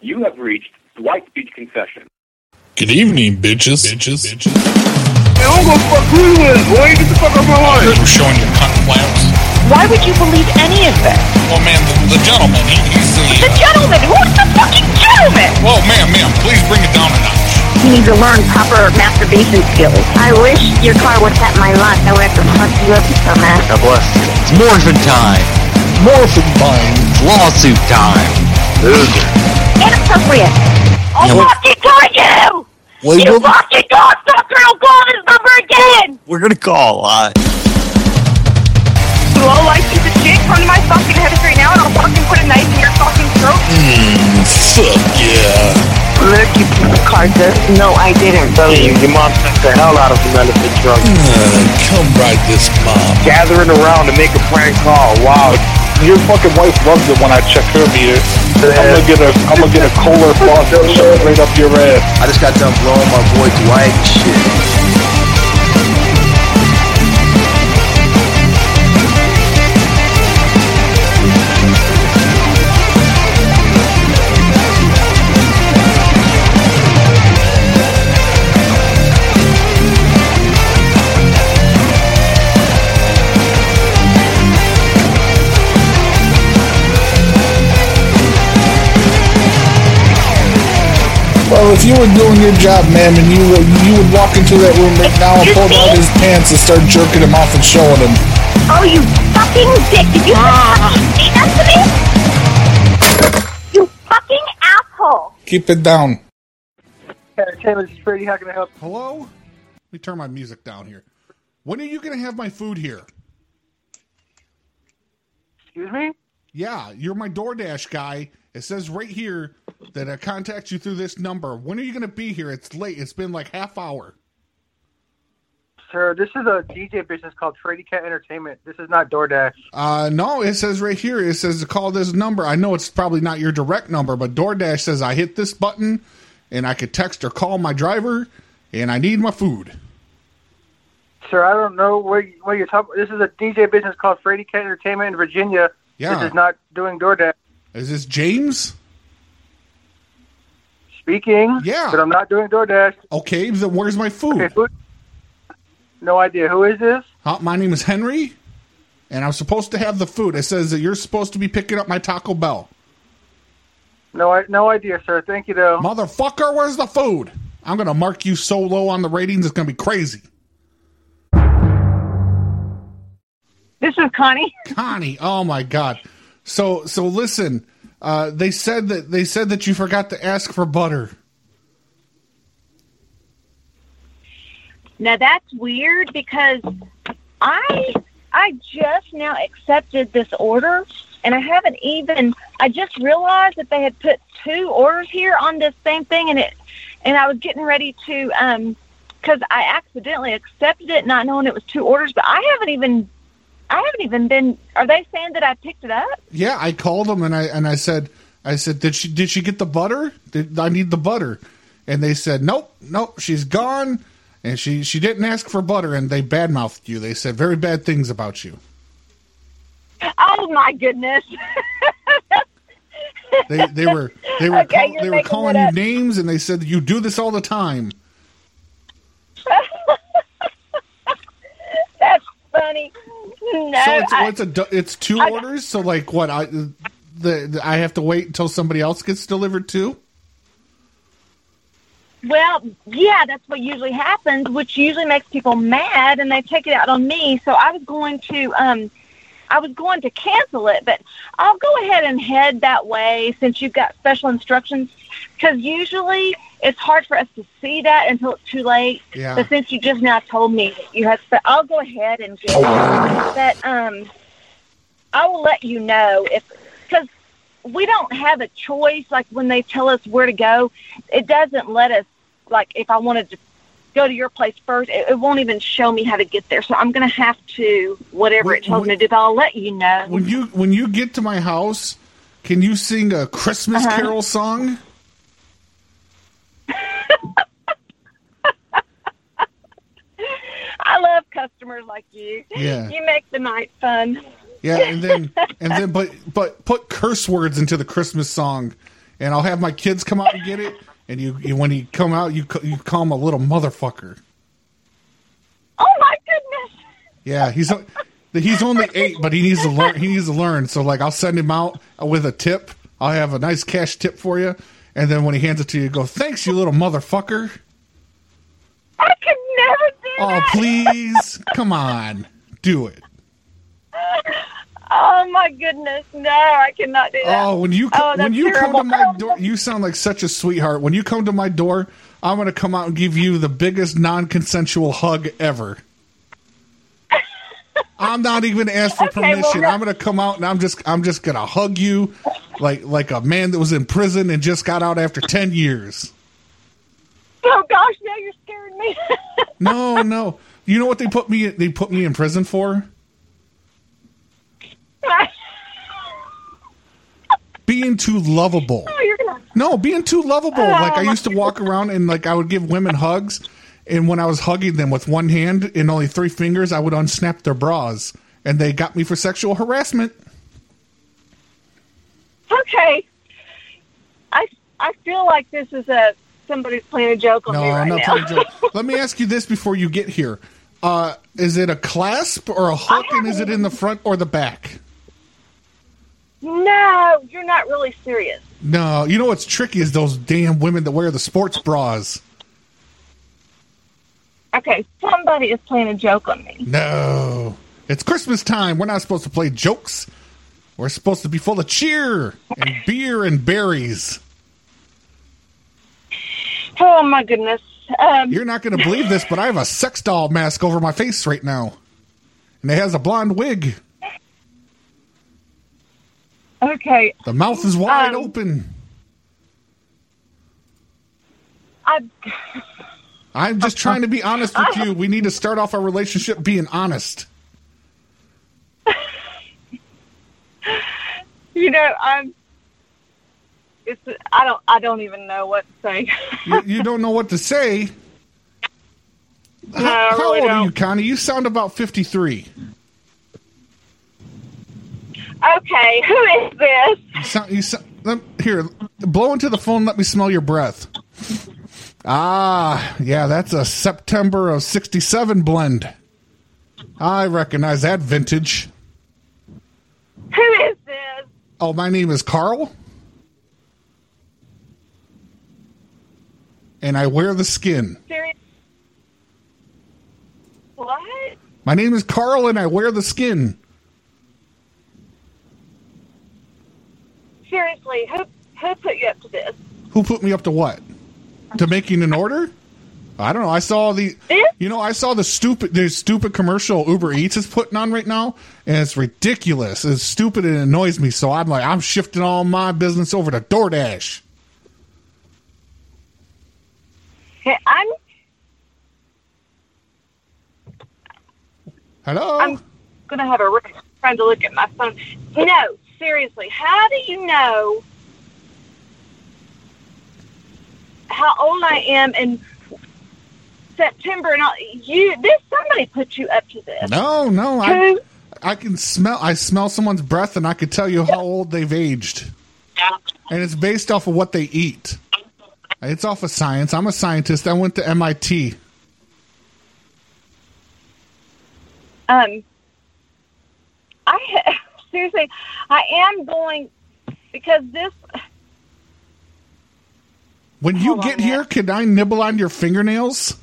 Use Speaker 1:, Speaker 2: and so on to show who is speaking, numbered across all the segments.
Speaker 1: You have reached Dwight Beach Confession.
Speaker 2: Good evening, bitches. Bitches. bitches.
Speaker 3: I don't go fuck who you is, boy. Get the fuck out my life.
Speaker 2: I'm showing you cotton flaps.
Speaker 4: Why would you believe any of this?
Speaker 2: Well, man, the, the gentleman, he, he's
Speaker 4: The
Speaker 2: the. Uh,
Speaker 4: gentleman! Who's the fucking gentleman?
Speaker 2: whoa, ma'am, ma'am, please bring it down a notch.
Speaker 4: You need to learn proper masturbation skills. I wish your car was at my lot. I would have to fuck you up, dumbass.
Speaker 5: It's morphin' time.
Speaker 2: Morphin time.
Speaker 5: Lawsuit time.
Speaker 4: Inappropriate. I'll
Speaker 5: Yeah,
Speaker 4: fucking kill you!
Speaker 5: Wait,
Speaker 4: you
Speaker 5: what-
Speaker 4: fucking cocksucker! I'll call this number again!
Speaker 5: We're gonna call uh, a lot.
Speaker 4: You all like piece of shit? Come to my fucking head right now and I'll fucking put a knife in your fucking throat.
Speaker 2: Hmm, Fuck yeah.
Speaker 4: Look, you piece of carcass. No, I didn't,
Speaker 3: Your, your mom sucked the hell out of you, man, if you're drunk.
Speaker 2: Uh, come right this mob.
Speaker 3: Gathering around to make a prank call. Wow.
Speaker 6: Your fucking wife loves it when I check her meter. I'm gonna get a I'm gonna get a Kohler faucet and shove it right up your ass.
Speaker 5: I just got done blowing my boy Dwight and shit.
Speaker 2: Well, if you were doing your job, ma'am, and you were, you would walk into that room right now and pull down his pants and start jerking him off and showing him.
Speaker 4: Oh, you fucking dick! Did you fucking say that to me? You fucking asshole!
Speaker 2: Keep it down.
Speaker 3: Entertainment security, how can I help?
Speaker 7: Hello? Let me turn my music down here. When are you going to have my food here?
Speaker 3: Excuse me?
Speaker 7: Yeah, you're my DoorDash guy. It says right here that I contact you through this number. When are you going to be here? It's late. It's been like half hour.
Speaker 3: Sir, this is a DJ business called Trady Cat Entertainment. This is not DoorDash.
Speaker 7: Uh, no, it says right here. It says to call this number. I know it's probably not your direct number, but DoorDash says I hit this button and I could text or call my driver and I need my food.
Speaker 3: Sir, I don't know what, what you're talking This is a DJ business called Frady Cat Entertainment in Virginia.
Speaker 7: Yeah.
Speaker 3: This is not doing DoorDash.
Speaker 7: Is this James?
Speaker 3: Speaking.
Speaker 7: Yeah.
Speaker 3: But I'm not doing DoorDash.
Speaker 7: Okay, then where's my food?
Speaker 3: Okay, who, no idea. Who is this?
Speaker 7: Hi, my name is Henry, and I'm supposed to have the food. It says that you're supposed to be picking up my Taco Bell.
Speaker 3: No, I, no idea, sir. Thank you, though.
Speaker 7: Motherfucker, where's the food? I'm gonna mark you so low on the ratings, it's gonna be crazy.
Speaker 4: This is Connie.
Speaker 7: Connie, oh my god. So so listen, uh, they said that they said that you forgot to ask for butter.
Speaker 4: Now that's weird because I I just now accepted this order and I haven't even I just realized that they had put two orders here on this same thing and it and I was getting ready to um cuz I accidentally accepted it not knowing it was two orders but I haven't even I haven't even been are they saying that I picked it up?
Speaker 7: Yeah, I called them and I and I said I said did she did she get the butter? Did, I need the butter. And they said nope, nope, she's gone, and she she didn't ask for butter. And they badmouthed you. They said very bad things about you.
Speaker 4: Oh my goodness.
Speaker 7: They they were they were
Speaker 4: Okay,
Speaker 7: call,
Speaker 4: you're
Speaker 7: they were
Speaker 4: making
Speaker 7: calling
Speaker 4: it
Speaker 7: you
Speaker 4: up.
Speaker 7: names and they said you do this all the time.
Speaker 4: that's funny. No.
Speaker 7: so it's
Speaker 4: I-
Speaker 7: what's a du- it's two orders. So like what I the, the I have to wait until somebody else gets delivered too.
Speaker 4: Well, yeah, that's what usually happens, which usually makes people mad and they take it out on me. So I was going to um I was going to cancel it, but I'll go ahead and head that way since you've got special instructions cuz usually it's hard for us to see that until it's too late.
Speaker 7: Yeah.
Speaker 4: But since you just now told me that you had spe- I'll go ahead and get it. But um I will let you know if cuz we don't have a choice like when they tell us where to go it doesn't let us like if i wanted to go to your place first it, it won't even show me how to get there so i'm going to have to whatever
Speaker 7: When-
Speaker 4: it tells me
Speaker 7: when-
Speaker 4: to do but i'll let you know
Speaker 7: When you when you get to my house, can you sing a Christmas
Speaker 4: Uh-huh.
Speaker 7: carol song?
Speaker 4: i love customers like you
Speaker 7: Yeah.
Speaker 4: you make the night fun
Speaker 7: Yeah, and then and then but but put curse words into the Christmas song, and I'll have my kids come out and get it. And you, you when you come out, you ca- you call him a little motherfucker.
Speaker 4: Oh my goodness.
Speaker 7: Yeah, he's he's only eight, but he needs to learn. He needs to learn. So like, I'll send him out with a tip. I'll have a nice cash tip for you, and then when he hands it to you, you go, "Thanks, you little motherfucker."
Speaker 4: I could never do
Speaker 7: Oh,
Speaker 4: that.
Speaker 7: please, come on, do it.
Speaker 4: Oh my goodness. No, I cannot do that.
Speaker 7: Oh, when you
Speaker 4: Oh,
Speaker 7: co-
Speaker 4: that's
Speaker 7: when you
Speaker 4: terrible.
Speaker 7: come to my door, you sound like such a sweetheart. When you come to my door, I'm gonna come out and give you the biggest non-consensual hug ever. I'm not even asked for
Speaker 4: Okay, well,
Speaker 7: permission.
Speaker 4: that-
Speaker 7: I'm gonna come out and I'm just I'm just gonna hug you, like like a man that was in prison and just got out after ten years.
Speaker 4: Oh gosh, now you're scaring me.
Speaker 7: No, no. You know what they put me they put me in prison for? Being too lovable.
Speaker 4: oh, you're gonna.
Speaker 7: No, being too
Speaker 4: Oh.
Speaker 7: lovable. like I used to walk around and like I would give women hugs, and when I was hugging them with one hand and only three fingers, I would unsnap their bras, and they got me for sexual harassment.
Speaker 4: Okay. I I feel like this is a somebody's playing a joke on
Speaker 7: No,
Speaker 4: me right
Speaker 7: I'm not
Speaker 4: now.
Speaker 7: playing joke. Let me ask you this before you get here: uh, Is it a clasp or a hook, and is it in the front or the back?
Speaker 4: No, you're not really serious.
Speaker 7: No, you know what's tricky is those damn women that wear the sports bras.
Speaker 4: Okay, somebody is playing a joke on me.
Speaker 7: No, it's Christmas time. We're not supposed to play jokes. We're supposed to be full of cheer and beer and berries.
Speaker 4: Oh my goodness. Um,
Speaker 7: You're not going to believe this, but I have a sex doll mask over my face right now. And it has a blonde wig.
Speaker 4: okay,
Speaker 7: The mouth is wide
Speaker 4: Um,
Speaker 7: open.
Speaker 4: I
Speaker 7: I'm just trying to be honest with you. We need to start off our relationship being honest.
Speaker 4: you know I'm. It's I don't I don't even know what to say.
Speaker 7: You, you don't know what to say.
Speaker 4: no, I
Speaker 7: How
Speaker 4: really
Speaker 7: old
Speaker 4: don't.
Speaker 7: are you, Connie? You sound about 53.
Speaker 4: Okay, who is this?
Speaker 7: You sound, you sound, lem- here, blow into the phone. Let me smell your breath. Ah, yeah, that's a September of 67 blend. I recognize that vintage.
Speaker 4: Who is this?
Speaker 7: Oh, my name is Carl. And I wear the skin.
Speaker 4: Serious? What?
Speaker 7: My name is Carl and I wear the skin.
Speaker 4: Seriously, who who put you up to this?
Speaker 7: Who put me up to what? To making an order? I don't know. I saw the you know, I saw the stupid the stupid commercial Uber Eats is putting on right now and it's ridiculous. It's stupid and it annoys me, so I'm like I'm shifting all my business over to DoorDash.
Speaker 4: Hey, I'm
Speaker 7: Hello?
Speaker 4: I'm gonna have a wreck trying to look at my phone. No, seriously, how do you know how old I am in September? And all, you, this somebody put you up to this.
Speaker 7: no, no, I
Speaker 4: Who?
Speaker 7: I can smell I smell someone's breath and I could tell you how old they've aged. And it's based off of what they eat. It's off of science. I'm a scientist. I went to MIT.
Speaker 4: Um, I seriously, I am going because this.
Speaker 7: When you
Speaker 4: Hold on,
Speaker 7: get
Speaker 4: man.
Speaker 7: here, can I nibble on your fingernails?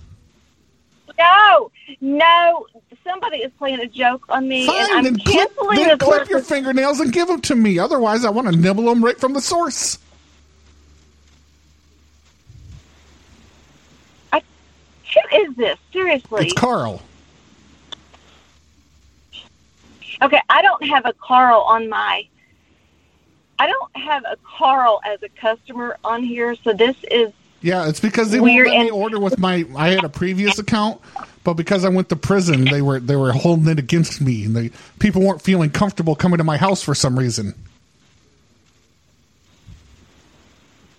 Speaker 4: No, no, somebody is playing a joke on me, and
Speaker 7: Fine,
Speaker 4: I'm
Speaker 7: then clip,
Speaker 4: canceling
Speaker 7: then
Speaker 4: this
Speaker 7: clip your
Speaker 4: order.
Speaker 7: fingernails and give them to me. Otherwise, I want to nibble them right from the source.
Speaker 4: Who is this? Seriously,
Speaker 7: It's Carl.
Speaker 4: Okay, I don't have a Carl on my. I don't have a Carl as a customer on here, so this is
Speaker 7: Yeah, it's because they
Speaker 4: Weird
Speaker 7: won't let me
Speaker 4: and-
Speaker 7: order with my. I had a previous account, but because I went to prison, they were they were holding it against me, and the people weren't feeling comfortable coming to my house for some reason.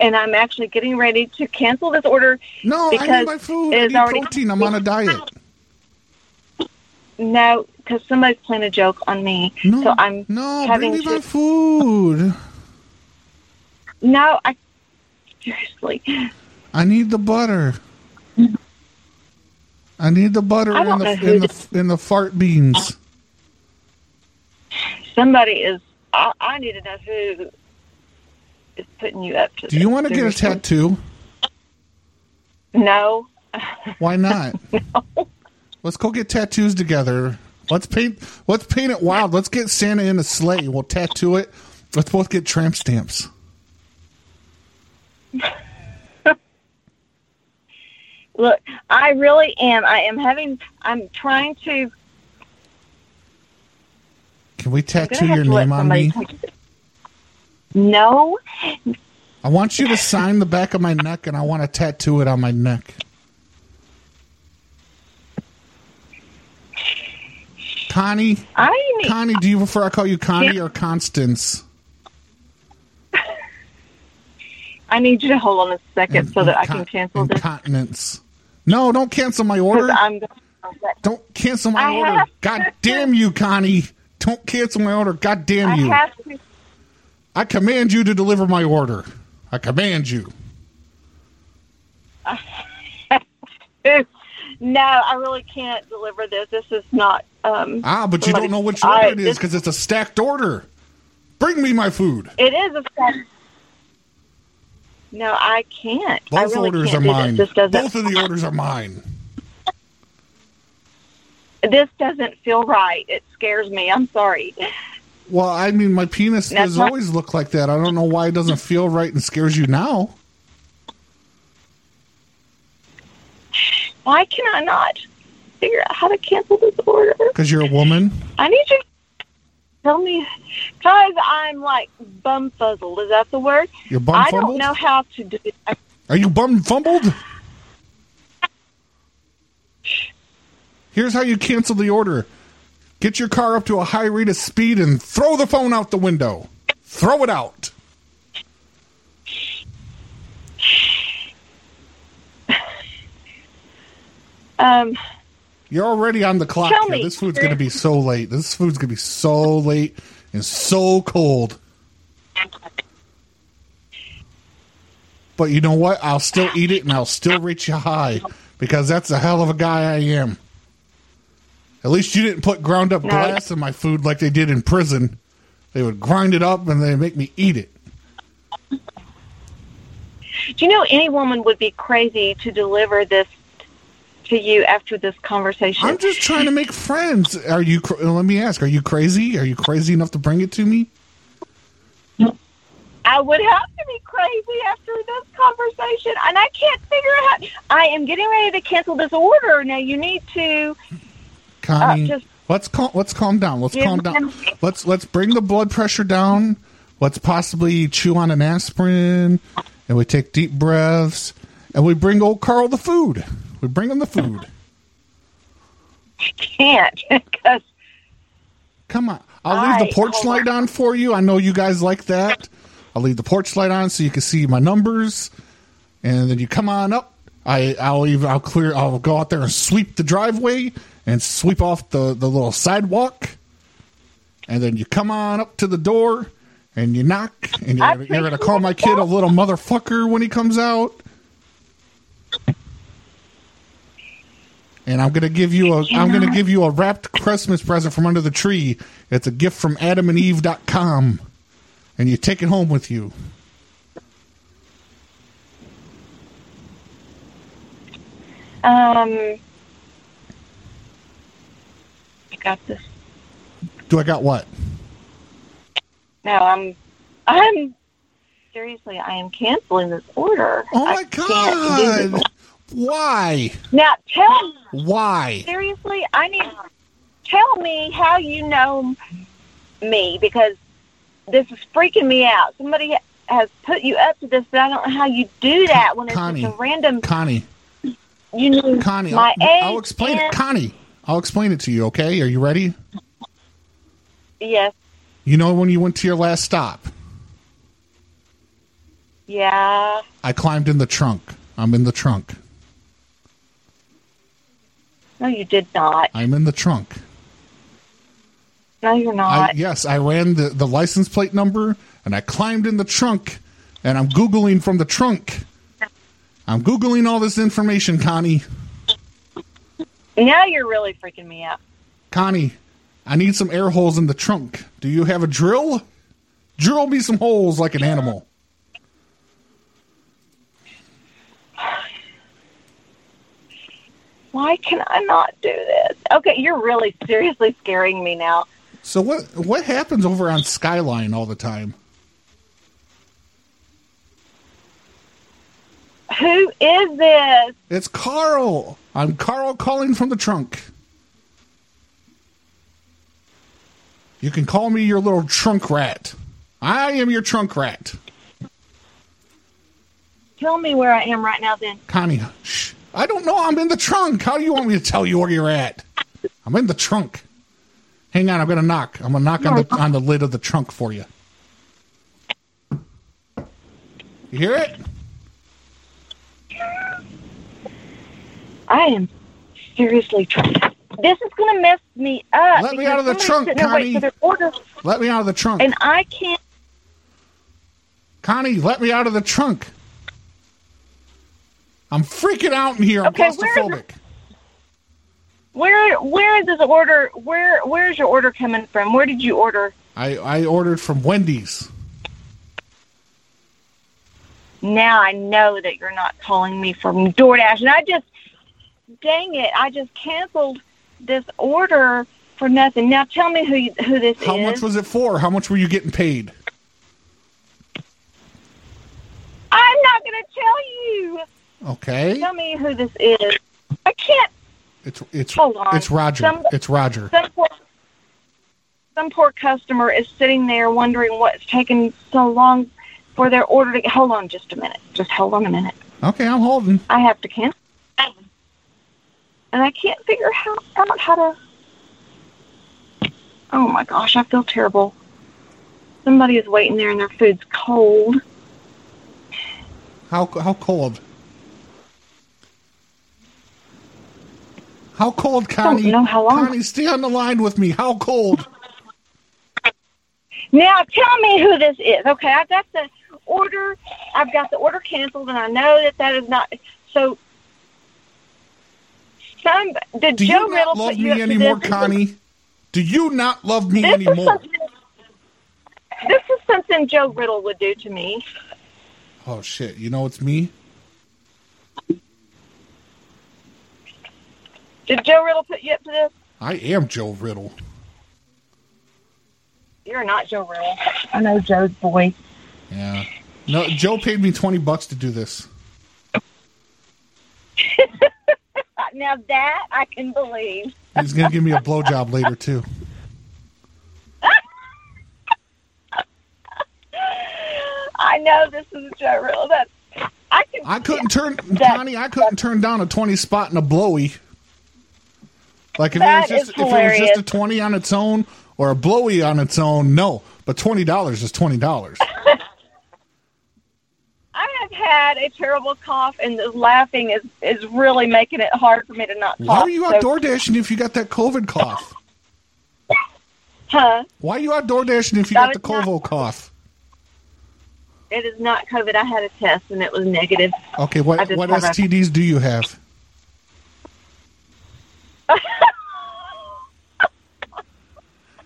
Speaker 4: and I'm actually getting ready to cancel this order.
Speaker 7: No, I
Speaker 4: Because
Speaker 7: need my food.
Speaker 4: it
Speaker 7: I
Speaker 4: is
Speaker 7: need
Speaker 4: already-
Speaker 7: protein. I'm on a diet.
Speaker 4: No, because somebody's playing a joke on me.
Speaker 7: No,
Speaker 4: so I'm
Speaker 7: no, bring
Speaker 4: having
Speaker 7: me
Speaker 4: to.
Speaker 7: my food.
Speaker 4: No, I seriously.
Speaker 7: I need the butter. I need the butter
Speaker 4: I
Speaker 7: in
Speaker 4: don't
Speaker 7: the
Speaker 4: know who
Speaker 7: in the, in the fart beans.
Speaker 4: Somebody is. I, I need to know who is putting you up to.
Speaker 7: Do you want to get a
Speaker 4: tattoo?
Speaker 7: tattoo?
Speaker 4: No.
Speaker 7: Why not? Let's go get tattoos together. Let's paint. Let's paint it wild. Let's get Santa in a sleigh. We'll tattoo it. Let's both get tramp stamps.
Speaker 4: Look, I really am. I am having. I'm trying to.
Speaker 7: Can we
Speaker 4: I'm
Speaker 7: tattoo
Speaker 4: gonna have
Speaker 7: your
Speaker 4: to let
Speaker 7: name on
Speaker 4: somebody
Speaker 7: me?
Speaker 4: take it. No,
Speaker 7: I want you to sign the back of my neck, and I want to tattoo it on my neck. Connie,
Speaker 4: I need.
Speaker 7: Connie, do you prefer I call you Connie or Constance?
Speaker 4: I need you to hold on a second so that I can cancel this.
Speaker 7: Incontinence. No, don't cancel my order.
Speaker 4: 'cause I'm. going
Speaker 7: Don't cancel my
Speaker 4: I
Speaker 7: order.
Speaker 4: have-
Speaker 7: God damn you, Connie. Don't cancel my order. God damn
Speaker 4: I
Speaker 7: you.
Speaker 4: have to.
Speaker 7: I command you to deliver my order. I command you.
Speaker 4: No, I really can't deliver this. This is not. Um,
Speaker 7: Ah, but you
Speaker 4: somebody-
Speaker 7: don't know which order
Speaker 4: I-
Speaker 7: it is
Speaker 4: this-
Speaker 7: because it's a stacked order. Bring me my food.
Speaker 4: It is a fact. No, I can't. I
Speaker 7: Both
Speaker 4: really
Speaker 7: orders are
Speaker 4: can't do this.
Speaker 7: mine.
Speaker 4: This doesn't.
Speaker 7: Both of the orders are mine.
Speaker 4: this doesn't feel right. It scares me. I'm sorry.
Speaker 7: Well, I mean, my penis
Speaker 4: That's
Speaker 7: has
Speaker 4: not-
Speaker 7: always looked like that. I don't know why it doesn't feel right and scares you now.
Speaker 4: Why can I not figure out how to cancel this order?
Speaker 7: Because you're a woman.
Speaker 4: I need you to tell me because I'm like bumfuzzled. Is that the word?
Speaker 7: You're bum
Speaker 4: I
Speaker 7: fumbled.
Speaker 4: don't know how to do it. I-
Speaker 7: Are you bum fumbled? Here's how you cancel the order. Get your car up to a high rate of speed and throw the phone out the window. Throw it out.
Speaker 4: Um,
Speaker 7: You're already on the clock.
Speaker 4: Tell
Speaker 7: here.
Speaker 4: me.
Speaker 7: This food's going to be so late. This food's going to be so late and so cold. But you know what? I'll still eat it and I'll still reach you high because that's a hell of a guy I am. At least you didn't put ground up
Speaker 4: No.
Speaker 7: glass in my food like they did in prison. They would grind it up and they make me eat it.
Speaker 4: do you know any woman would be crazy to deliver this to you after this conversation?
Speaker 7: I'm just trying to make friends. Are you? cr- Let me ask. Are you crazy? Are you crazy enough to bring it to me?
Speaker 4: I would have to be crazy after this conversation, and I can't figure out. I am getting ready to cancel this order. Now you need to.
Speaker 7: Connie,
Speaker 4: Uh, just-
Speaker 7: let's calm. Let's calm down. Let's
Speaker 4: Yeah,
Speaker 7: calm
Speaker 4: I'm-
Speaker 7: down. Let's let's bring the blood pressure down. Let's possibly chew on an aspirin, and we take deep breaths, and we bring old Carl the food. We bring him the food.
Speaker 4: I can't because
Speaker 7: Come on. I'll
Speaker 4: All
Speaker 7: leave the
Speaker 4: right,
Speaker 7: porch
Speaker 4: hold
Speaker 7: light on for you. I know you guys like that. I'll leave the porch light on so you can see my numbers, and then you come on up. I I'll even I'll clear. I'll go out there and sweep the driveway and sweep off the the little sidewalk, and then you come on up to the door and you knock and
Speaker 4: I
Speaker 7: you're, you're gonna call my kid a little motherfucker when he comes out. and I'm gonna give you a I'm gonna give you a wrapped Christmas present from under the tree. It's a gift from AdamandEve.com, and you take it home with you.
Speaker 4: um, I got this.
Speaker 7: Do I got what?
Speaker 4: No, I'm. I'm seriously. I am canceling this order.
Speaker 7: Oh
Speaker 4: I
Speaker 7: my
Speaker 4: can't do this.
Speaker 7: god! Why?
Speaker 4: Now tell me
Speaker 7: Why?
Speaker 4: seriously. I need. Tell me how you know me because this is freaking me out. Somebody ha- has put you up to this, but I don't know how you do that when it's
Speaker 7: Connie.
Speaker 4: just a random.
Speaker 7: Connie,
Speaker 4: You know,
Speaker 7: Connie,
Speaker 4: my age.
Speaker 7: I'll, I'll explain it.
Speaker 4: and-
Speaker 7: Connie, I'll explain it to you. Okay? Are you ready?
Speaker 4: Yes.
Speaker 7: You know when you went to your last stop,
Speaker 4: Yeah.
Speaker 7: I climbed in the trunk. I'm in the trunk.
Speaker 4: No, you did not.
Speaker 7: I'm in the trunk.
Speaker 4: No, you're
Speaker 7: I,
Speaker 4: not. Oh,
Speaker 7: yes, I ran the, the license plate number and I climbed in the trunk and I'm Googling from the trunk. I'm Googling all this information, Connie.
Speaker 4: Now you're really freaking me out.
Speaker 7: Connie, I need some air holes in the trunk. Do you have a drill? Drill me some holes like an animal.
Speaker 4: Why can I not do this? Okay, you're really seriously scaring me now.
Speaker 7: So what what happens over on Skyline all the time?
Speaker 4: Who is this?
Speaker 7: It's Carl. I'm Carl calling from the trunk. You can call me your little trunk rat. I am your trunk rat.
Speaker 4: Tell me where I am right now, then.
Speaker 7: Connie, shh. I don't know. I'm in the trunk. How do you want me to tell you where you're at? I'm in the trunk. Hang on. I'm gonna knock. I'm gonna knock on the on the lid of the trunk for you. You hear it?
Speaker 4: I am seriously trying. This is going to mess me up.
Speaker 7: Let me
Speaker 4: because
Speaker 7: out of the
Speaker 4: somebody's
Speaker 7: trunk,
Speaker 4: sitting there waiting
Speaker 7: Connie.
Speaker 4: for their order,
Speaker 7: Let me out of the trunk,
Speaker 4: and I can't.
Speaker 7: Connie. Let me out of the trunk. I'm freaking out in here. I'm
Speaker 4: Okay, where is
Speaker 7: claustrophobic.
Speaker 4: Where where is this order? Where where is your order coming from? Where did you order?
Speaker 7: I I ordered from Wendy's.
Speaker 4: Now I know that you're not calling me from DoorDash, and I just, dang it, I just canceled this order for nothing. Now tell me who you, who this
Speaker 7: How
Speaker 4: is.
Speaker 7: much was it for? How much were you getting paid?
Speaker 4: I'm not going to tell you.
Speaker 7: Okay.
Speaker 4: Tell me who this is. I can't.
Speaker 7: It's it's
Speaker 4: Hold on.
Speaker 7: it's Roger.
Speaker 4: Some-
Speaker 7: it's Roger.
Speaker 4: Some poor, some poor customer is sitting there wondering what's taking so long for their order to. Hold on, just a minute. Just hold on a minute.
Speaker 7: Okay, I'm holding.
Speaker 4: I have to cancel. And I can't figure how, out how to. Oh my gosh, I feel terrible. Somebody is waiting there and their food's cold.
Speaker 7: How how cold? How cold, Connie?
Speaker 4: know how long.
Speaker 7: Connie, stay on the line with me. How cold?
Speaker 4: Now tell me who this is. Okay, I've got the order. I've got the order canceled, and I know that that is not so. Some did
Speaker 7: Do
Speaker 4: Joe
Speaker 7: you
Speaker 4: Riddle
Speaker 7: not love
Speaker 4: put you up
Speaker 7: me
Speaker 4: to
Speaker 7: anymore,
Speaker 4: this? This is-
Speaker 7: Connie? Do you not love me
Speaker 4: This is
Speaker 7: anymore?
Speaker 4: something. This is something Joe Riddle would do to me.
Speaker 7: Oh shit! You know it's me.
Speaker 4: Did Joe Riddle put you up to this?
Speaker 7: I am Joe Riddle.
Speaker 4: You're not Joe Riddle. I know Joe's boy.
Speaker 7: Yeah. No, Joe paid me twenty bucks to do this.
Speaker 4: Now that I can believe.
Speaker 7: He's gonna give me a blowjob later too.
Speaker 4: I know this is Joe Riddle. That's I can.
Speaker 7: I couldn't turn
Speaker 4: That-
Speaker 7: Connie. I couldn't turn down a twenty spot in a blowy. Like if
Speaker 4: That
Speaker 7: it was
Speaker 4: is
Speaker 7: just if it was just a
Speaker 4: hilarious.
Speaker 7: twenty on its own or a blowy on its own, no. But twenty dollars is twenty dollars.
Speaker 4: I have had a terrible cough, and the laughing is is really making it hard for me to not cough.
Speaker 7: Why are you out
Speaker 4: Oh, So-
Speaker 7: door dashing if you got that COVID cough?
Speaker 4: Huh?
Speaker 7: Why are you out door dashing if you
Speaker 4: That
Speaker 7: got the
Speaker 4: was
Speaker 7: COVID cough?
Speaker 4: It is not COVID. I had a test, and it was negative.
Speaker 7: Okay,
Speaker 4: I
Speaker 7: what
Speaker 4: just
Speaker 7: what
Speaker 4: have a-
Speaker 7: STDs do you have?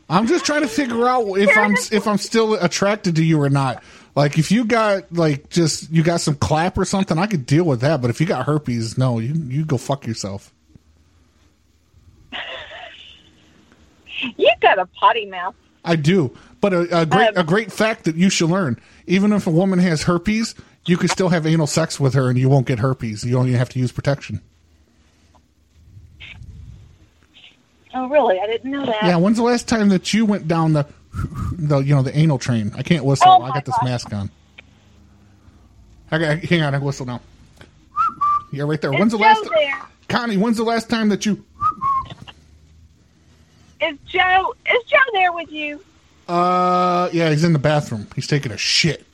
Speaker 7: I'm just trying to figure out if I'm if I'm still attracted to you or not. Like if you got like just you got some clap or something, I could deal with that. But if you got herpes, no, you you go fuck yourself.
Speaker 4: You got a potty mouth.
Speaker 7: I do. But a, a
Speaker 4: Um,
Speaker 7: great a great fact that you should learn: even if a woman has herpes, you could still have anal sex with her and you won't get herpes. You only have to use protection.
Speaker 4: Oh, really? I didn't know that.
Speaker 7: Yeah. When's the last time that you went down the the you know the anal train? I can't whistle.
Speaker 4: Oh
Speaker 7: I
Speaker 4: my
Speaker 7: got this
Speaker 4: God.
Speaker 7: mask on. I got, hang on. I can whistle now. Yeah, right there.
Speaker 4: Is
Speaker 7: When's the
Speaker 4: Joe
Speaker 7: last?
Speaker 4: there?
Speaker 7: Connie, when's the last time that you?
Speaker 4: Is Joe? Is Joe there with you?
Speaker 7: Uh, yeah, he's in the bathroom. He's taking a shit.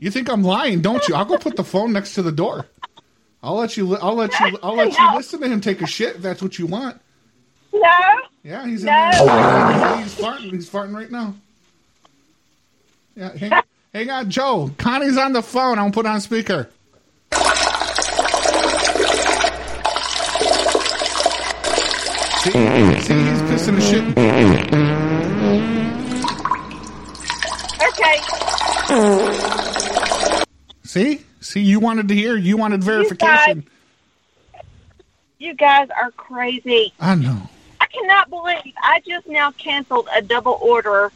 Speaker 7: you think I'm lying, don't you? I'll go put the phone next to the door. I'll let you. Li- I'll let you. I'll let you listen to him take a shit if that's what you want.
Speaker 4: No.
Speaker 7: Yeah, he's in
Speaker 4: No.
Speaker 7: there. He's farting. He's farting right now. Yeah, hang, hang on, Joe. Connie's on the phone. I'm gonna put on speaker. See,
Speaker 4: Oh,
Speaker 7: see he's pissing his shit.
Speaker 4: Okay.
Speaker 7: See, see, you wanted to hear. You wanted
Speaker 4: guys-
Speaker 7: verification.
Speaker 4: You guys are crazy.
Speaker 7: I know.
Speaker 4: I cannot believe I just now canceled a double order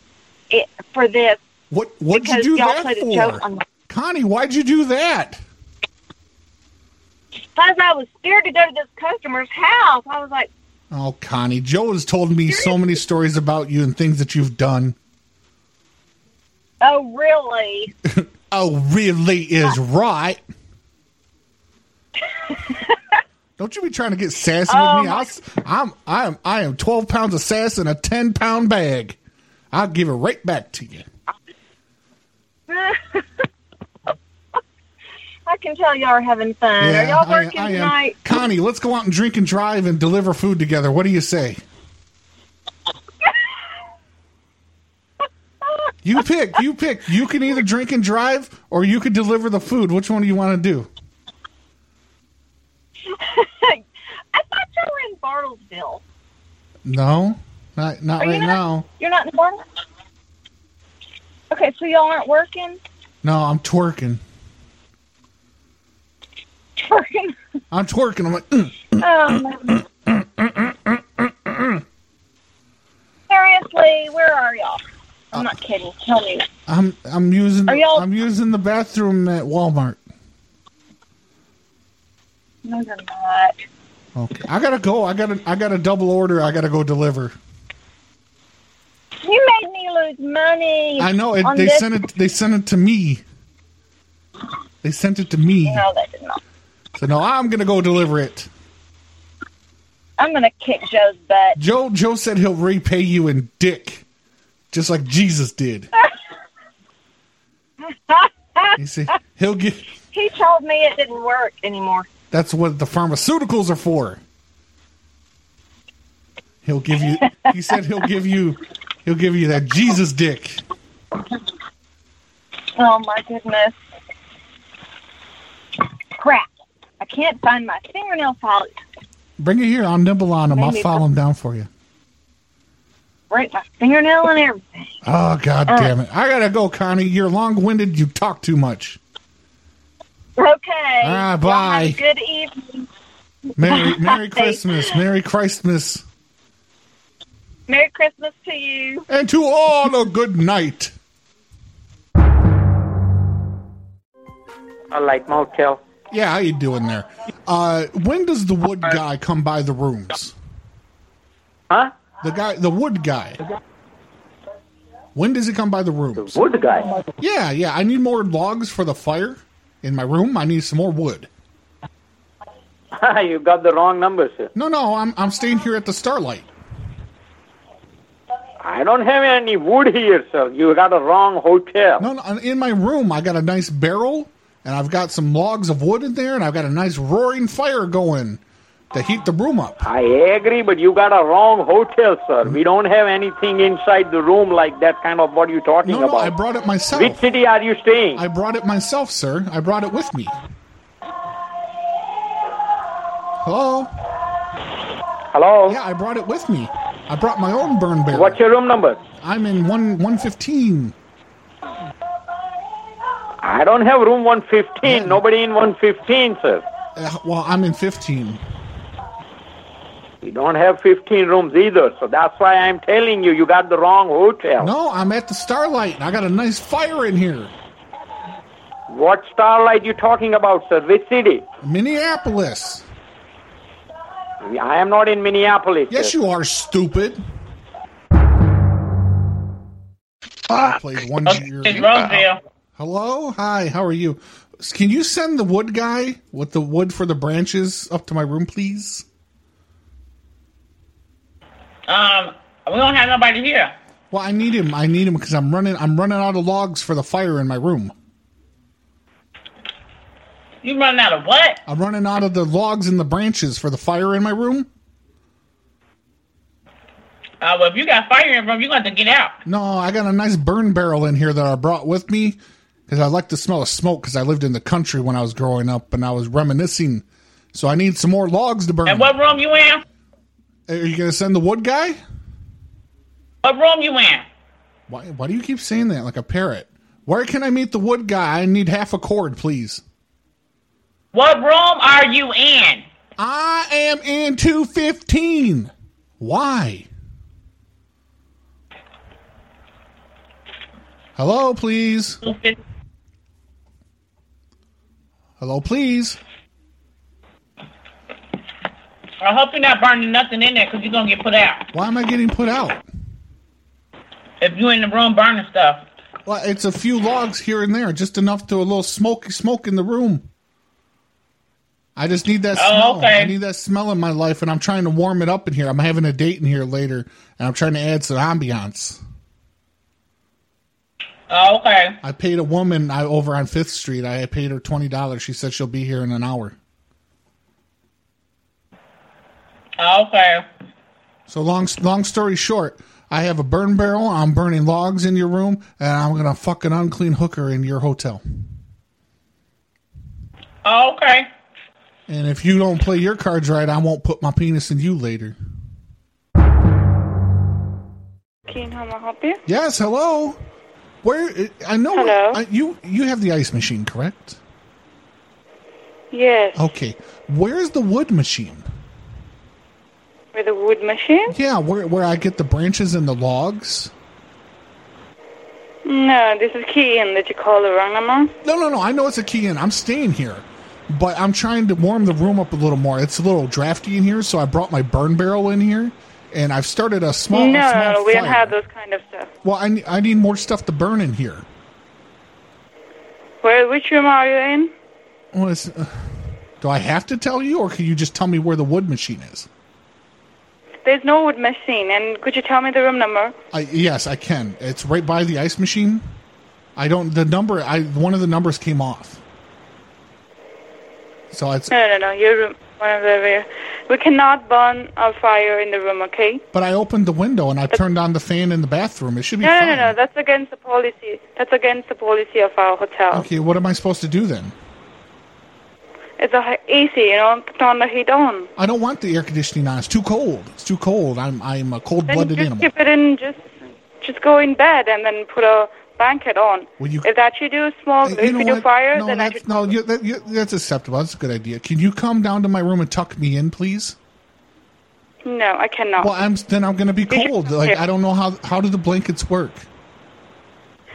Speaker 4: it, for this
Speaker 7: What? What'd
Speaker 4: because
Speaker 7: you do
Speaker 4: y'all
Speaker 7: that
Speaker 4: played
Speaker 7: for?
Speaker 4: a joke on me.
Speaker 7: Connie, why'd you do that?
Speaker 4: Because I was scared to go to this customer's house. I was like,
Speaker 7: Oh, Connie, Joe has told me so many stories about you and things that you've done.
Speaker 4: oh, really?
Speaker 7: Oh, really is right. Don't you be trying to get sassy
Speaker 4: Oh,
Speaker 7: with me?
Speaker 4: my-
Speaker 7: I'll, s- I'm, I am, I am twelve pounds of sass in a ten pound bag. I'll give it right back to you.
Speaker 4: I can tell y'all are having fun. are y'all working
Speaker 7: I am.
Speaker 4: tonight?
Speaker 7: Connie, let's go out and drink and drive and deliver food together. What do you say? you pick. You pick. You can either drink and drive or you could deliver the food. Which one do you want to do?
Speaker 4: I thought you were in Bartlesville.
Speaker 7: No, not not
Speaker 4: Are you
Speaker 7: right
Speaker 4: not-
Speaker 7: now.
Speaker 4: You're not in Bartlesville? Okay, so y'all aren't working?
Speaker 7: No, I'm twerking.
Speaker 4: Working?
Speaker 7: I'm twerking. I'm like, mm.
Speaker 4: Um, seriously, where are y'all? I'm not kidding. Tell me.
Speaker 7: I'm I'm using
Speaker 4: Are y'all-
Speaker 7: I'm using the bathroom at Walmart.
Speaker 4: No, you're not.
Speaker 7: Okay, I gotta go. I gotta I got a double order. I gotta go deliver.
Speaker 4: You made me lose money.
Speaker 7: I know it,
Speaker 4: on
Speaker 7: they
Speaker 4: this.
Speaker 7: sent it. They sent it to me. They sent it to me.
Speaker 4: No, they did not.
Speaker 7: So no, I'm gonna go deliver it.
Speaker 4: I'm gonna kick Joe's butt.
Speaker 7: Joe Joe said he'll repay you in dick, just like Jesus did. you see, he'll get.
Speaker 4: He told me it didn't work anymore.
Speaker 7: That's what the pharmaceuticals are for. He'll give you. He said he'll give you. He'll give you that Jesus dick.
Speaker 4: Oh my goodness. Crap. I can't find my fingernail polish.
Speaker 7: Bring it here. I'll nibble on him. I'll
Speaker 4: Maybe.
Speaker 7: file him down for you.
Speaker 4: Break my fingernail and everything.
Speaker 7: Oh God damn it! I gotta go, Connie. You're long-winded. You talk too much. All
Speaker 4: Okay.
Speaker 7: right,
Speaker 4: Y'all have a
Speaker 7: bye.
Speaker 4: good evening.
Speaker 7: Merry Merry
Speaker 4: Bye.
Speaker 7: Christmas. Merry Christmas,
Speaker 4: Merry Christmas to you.
Speaker 7: and to all a good night.
Speaker 3: I like motel.
Speaker 7: Yeah, how you doing there? Uh, when does the wood
Speaker 8: Uh,
Speaker 7: guy come by the rooms?
Speaker 8: Huh?
Speaker 7: The guy, the wood guy. When does he come by the rooms?
Speaker 8: Wood guy.
Speaker 7: Yeah, yeah. I need more logs for the fire in my room. I need some more wood.
Speaker 8: you got the wrong number, sir.
Speaker 7: No, no. I'm I'm staying here at the Starlight.
Speaker 8: I don't have any wood here, sir. You got a wrong hotel.
Speaker 7: No, no. In my room, I got a nice barrel, and I've got some logs of wood in there, and I've got a nice roaring fire going to heat the room up.
Speaker 8: I agree, but you got a wrong hotel, sir. We don't have anything inside the room like that kind of what you're talking
Speaker 7: No, no.
Speaker 8: about.
Speaker 7: I brought it myself.
Speaker 8: Which city are you staying?
Speaker 7: I brought it myself, sir. I brought it with me. Hello?
Speaker 8: Hello?
Speaker 7: Yeah, I brought it with me. I brought my own burn barrel.
Speaker 8: What's your room number?
Speaker 7: I'm in one one fifteen.
Speaker 8: I don't have room 115. Nobody in 115, sir.
Speaker 7: Uh, well, I'm in fifteen.
Speaker 8: We don't have 15 rooms either, so that's why I'm telling you, you got the wrong hotel.
Speaker 7: No, I'm at the Starlight. and I got a nice fire in here,
Speaker 8: What starlight you talking about, sir? Which city?
Speaker 7: Minneapolis.
Speaker 8: I am not in Minneapolis.
Speaker 7: Yes,
Speaker 8: sir.
Speaker 7: you are stupid. I played one year.
Speaker 9: Roseville.
Speaker 7: Hello, hi, how are you? S- Can you send the wood guy with the wood for the branches up to my room, please?
Speaker 9: Um, we don't have nobody here.
Speaker 7: Well, I need him. I need him because I'm running. I'm running out of logs for the fire in my room.
Speaker 9: You running out of what?
Speaker 7: I'm running out of the logs and the branches for the fire in my room.
Speaker 9: Uh, well, if you got fire in from, you're going to have to get out.
Speaker 7: No, I got a nice burn barrel in here that I brought with me because I like the smell of smoke because I lived in the country when I was growing up and I was reminiscing. So I need some more logs to burn.
Speaker 9: And what room you in?
Speaker 7: Are you going to send the wood guy?
Speaker 9: What room you in?
Speaker 7: Why, why do you keep saying that like a parrot? Where can I meet the wood guy? I need half a cord, please.
Speaker 9: What room are you in?
Speaker 7: I am in 215. Why? Hello, please.
Speaker 9: Stupid.
Speaker 7: Hello, please.
Speaker 9: I hope you're not burning nothing in there because you're going to get put out.
Speaker 7: Why am I getting put out?
Speaker 9: If you in the room burning stuff.
Speaker 7: Well, it's a few logs here and there, just enough to a little smoky smoke in the room. I just need that
Speaker 9: Oh,
Speaker 7: smell.
Speaker 9: okay.
Speaker 7: I need that smell in my life, and I'm trying to warm it up in here. I'm having a date in here later, and I'm trying to add some ambiance.
Speaker 9: Oh, okay.
Speaker 7: I paid a woman I, over on Fifth Street. I paid her twenty dollars. She said she'll be here in an hour.
Speaker 9: Oh, okay.
Speaker 7: So long, long story short, I have a burn barrel. I'm burning logs in your room, and I'm gonna fuck an unclean hooker in your hotel.
Speaker 9: Oh, okay.
Speaker 7: And if you don't play your cards right, I won't put my penis in you later.
Speaker 10: Keen, how may I help you?
Speaker 7: Yes, hello. Where I know
Speaker 10: Hello.
Speaker 7: I, you you have the ice machine, correct?
Speaker 10: Yes,
Speaker 7: Okay. Where's the wood machine?
Speaker 10: with a wood machine?
Speaker 7: Yeah, where where I get the branches and the logs?
Speaker 10: No, this is Keen. Did you call the wrong number?
Speaker 7: No, no, no. I know it's a key in. I'm staying here. But I'm trying to warm the room up a little more. It's a little drafty in here, so I brought my burn barrel in here and I've started a small
Speaker 10: no,
Speaker 7: a
Speaker 10: no,
Speaker 7: small
Speaker 10: no, we don't
Speaker 7: fire.
Speaker 10: have those kind of stuff.
Speaker 7: Well, I, ne- I need more stuff to burn in here.
Speaker 10: Where, which room are you in?
Speaker 7: Well, it's, uh, do I have to tell you or can you just tell me where the wood machine is?
Speaker 10: There's no wood machine, and could you tell me the room number?
Speaker 7: I, yes, I can. It's right by the ice machine. I don't. The number. I one of the numbers came off. So it's.
Speaker 10: No, no, no, your room, one of the, we cannot burn a fire in the room, okay?
Speaker 7: But I opened the window and I turned on the fan in the bathroom. It should be
Speaker 10: No, no,
Speaker 7: fine.
Speaker 10: no, no, that's against the policy. That's against the policy of our hotel.
Speaker 7: Okay, what am I supposed to do then? Oh.
Speaker 10: It's a hi- AC, you know, put on the heat on.
Speaker 7: I don't want the air conditioning on. It's too cold. It's too cold. I'm I'm a cold
Speaker 10: Then
Speaker 7: blooded
Speaker 10: just
Speaker 7: animal.
Speaker 10: keep it in, just just go in bed and then put a blanket on.
Speaker 7: Well, you-
Speaker 10: if that you do smoke,
Speaker 7: Hey,
Speaker 10: if
Speaker 7: know
Speaker 10: you do
Speaker 7: what?
Speaker 10: fire,
Speaker 7: no,
Speaker 10: then I
Speaker 7: that's,
Speaker 10: should.
Speaker 7: no, you, that, you, that's acceptable. That's a good idea. Can you come down to my room and tuck me in, please?
Speaker 10: No, I cannot.
Speaker 7: Well, I'm then I'm going to be
Speaker 10: You should
Speaker 7: cold.
Speaker 10: come
Speaker 7: Like
Speaker 10: here.
Speaker 7: I don't know how how do the blankets work?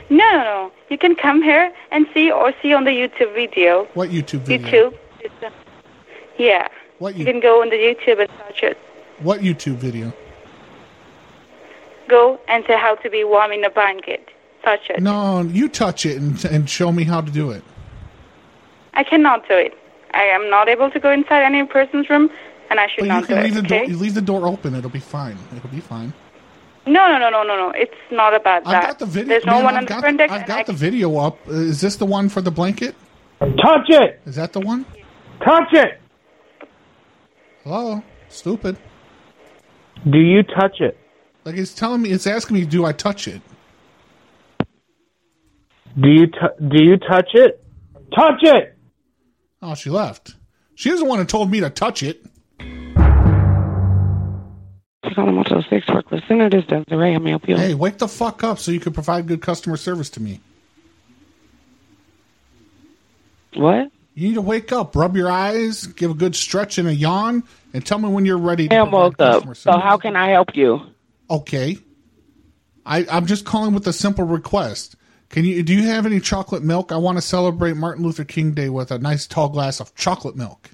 Speaker 10: no, no, no. You can come here and see or see on the YouTube video.
Speaker 7: What YouTube video?
Speaker 10: YouTube. It's, uh, yeah.
Speaker 7: What
Speaker 10: You
Speaker 7: you-
Speaker 10: can go on the YouTube and search it.
Speaker 7: What YouTube video?
Speaker 10: Go and say how to be warm in a blanket. Search it.
Speaker 7: No, you touch it and, and show me how to do it.
Speaker 10: I cannot do it. I am not able to go inside any person's room, and I should
Speaker 7: But
Speaker 10: not
Speaker 7: you can
Speaker 10: do
Speaker 7: leave
Speaker 10: it.
Speaker 7: the door.
Speaker 10: okay?
Speaker 7: You leave the door open. It'll be fine. It'll be fine.
Speaker 10: No, no, no, no, no, no. It's not about that.
Speaker 7: I've got the video.
Speaker 10: There's no
Speaker 7: man,
Speaker 10: one
Speaker 7: I've
Speaker 10: on the
Speaker 7: got,
Speaker 10: front deck.
Speaker 7: I've
Speaker 10: and
Speaker 7: got
Speaker 10: I
Speaker 7: the video up. Uh, Is this the one for the blanket?
Speaker 8: Touch it!
Speaker 7: Is that the one?
Speaker 8: Touch it!
Speaker 7: Hello, stupid.
Speaker 8: Do you touch it?
Speaker 7: Like it's telling me. It's asking me, do I touch it?
Speaker 8: Do you t- do you touch it? Touch it!
Speaker 7: Oh, she left. She is the one who told me to touch it.
Speaker 10: Motel 6 work with Senators Desiree. How may I help you?
Speaker 7: Hey, wake the fuck up so you can provide good customer service to me.
Speaker 10: What?
Speaker 7: You need to wake up, rub your eyes, give a good stretch and a yawn, and tell me when you're ready. to
Speaker 10: I am
Speaker 7: provide
Speaker 10: woke up.
Speaker 7: customer
Speaker 10: So
Speaker 7: service.
Speaker 10: how can I help you?
Speaker 7: Okay. I, I'm just calling with a simple request. Can you do you have any chocolate milk? I want to celebrate Martin Luther King Day with a nice tall glass of chocolate milk.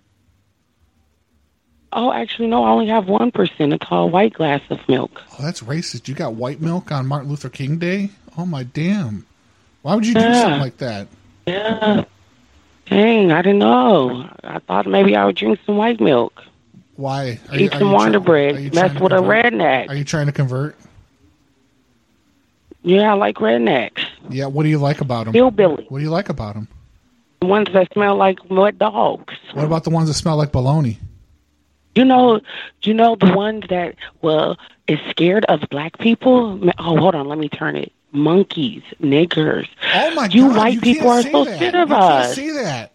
Speaker 10: Oh, actually, no. I only have 1% a tall white glass of milk.
Speaker 7: Oh, that's racist. You got white milk on Martin Luther King Day? Oh my damn. Why would you do
Speaker 10: Yeah.
Speaker 7: something like that?
Speaker 10: Yeah. Dang, I didn't know. I thought maybe I would drink some white milk.
Speaker 7: Why? Are
Speaker 10: Eat
Speaker 7: are
Speaker 10: some
Speaker 7: try- are
Speaker 10: Wonder
Speaker 7: you
Speaker 10: Bread.
Speaker 7: trying
Speaker 10: Mess
Speaker 7: to
Speaker 10: with a
Speaker 7: convert? Are
Speaker 10: redneck.
Speaker 7: you trying to convert?
Speaker 10: Yeah, I like rednecks.
Speaker 7: Yeah, what do you like about them?
Speaker 10: Hillbilly.
Speaker 7: What do you like about them?
Speaker 10: The ones that smell like wet dogs.
Speaker 7: What about the ones that smell like bologna?
Speaker 10: You know, you know the one that well is scared of black people. Ma- Oh, hold on, let me turn it. Monkeys, niggers.
Speaker 7: Oh my
Speaker 10: You
Speaker 7: God,
Speaker 10: white
Speaker 7: you
Speaker 10: people
Speaker 7: can't
Speaker 10: are
Speaker 7: say
Speaker 10: so
Speaker 7: that.
Speaker 10: scared of
Speaker 7: You can't
Speaker 10: us.
Speaker 7: say that.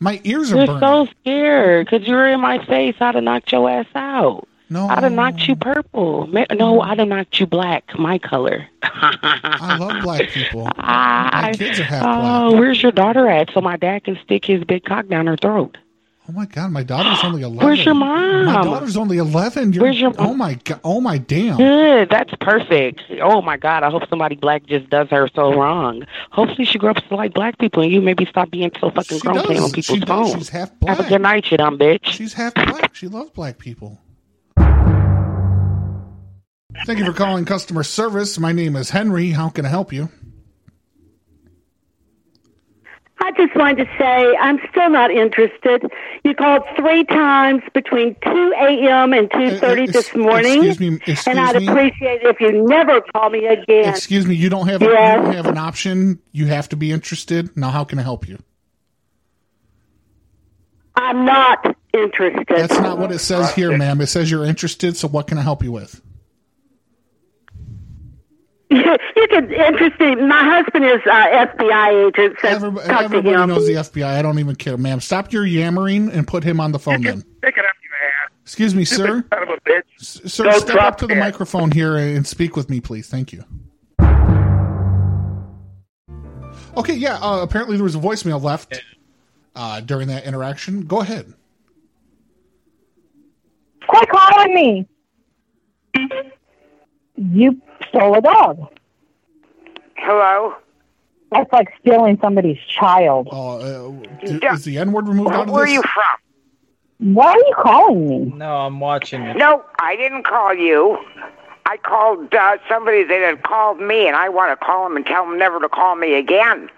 Speaker 7: My ears are
Speaker 10: You're
Speaker 7: burning.
Speaker 10: so scared because you were in my face. I'd have knocked your ass out.
Speaker 7: No,
Speaker 10: I'd have knocked you purple. Ma- No, I'd have knocked you black, my color. I
Speaker 7: love black people.
Speaker 10: My
Speaker 7: kids are half
Speaker 10: Oh, where's your daughter at? So my dad can stick his big cock down her throat.
Speaker 7: Oh my god, my daughter's only eleven.
Speaker 10: Where's your mom?
Speaker 7: My daughter's only eleven. You're,
Speaker 10: Where's your
Speaker 7: Oh my god. Oh my damn.
Speaker 10: Good. That's perfect. Oh my God. I hope somebody black just does her so wrong. Hopefully she grows up to like black people and you maybe stop being so fucking grown playing on
Speaker 7: does. She
Speaker 10: people's
Speaker 7: does.
Speaker 10: phones.
Speaker 7: She's half
Speaker 10: Have a good night, you dumb bitch.
Speaker 7: She's half black. She loves black people. Thank you for calling customer service. My name is Henry. How can I help you?
Speaker 11: I just wanted to say I'm still not interested. You called three times between 2 a.m. and 2:30 this morning,
Speaker 7: Eh, excuse me, excuse
Speaker 11: and I'd
Speaker 7: me.
Speaker 11: appreciate it if you never call me again.
Speaker 7: Excuse me, you don't have you
Speaker 11: Yes.
Speaker 7: don't have an option. You have to be interested. Now how can I help you?
Speaker 11: I'm not interested.
Speaker 7: That's not what it says here, ma'am. It says you're interested, so what can I help you with?
Speaker 11: You, you could interest me. My husband is uh, FBI agent, so talk
Speaker 7: Everybody
Speaker 11: to him.
Speaker 7: knows the FBI. I don't even care, ma'am. Stop your yammering and put him on the phone then.
Speaker 12: Pick it up, you ass.
Speaker 7: Excuse me, sir.
Speaker 12: Stupid Son of a bitch.
Speaker 7: S- Sir,
Speaker 12: Go
Speaker 7: step
Speaker 12: drop
Speaker 7: up to the
Speaker 12: dead.
Speaker 7: microphone here and speak with me, please. Thank you. Okay, yeah. Uh, apparently, there was a voicemail left uh, during that interaction. Go ahead.
Speaker 13: Quit calling me. You stole a dog.
Speaker 12: Hello?
Speaker 13: That's like stealing somebody's child.
Speaker 7: Oh, uh, d- is the N word removed out of
Speaker 12: Where are
Speaker 7: this?
Speaker 12: you from?
Speaker 13: Why are you calling me?
Speaker 14: No, I'm watching it.
Speaker 12: No, I didn't call you. I called uh, somebody that had called me, and I want to call them and tell them never to call me again.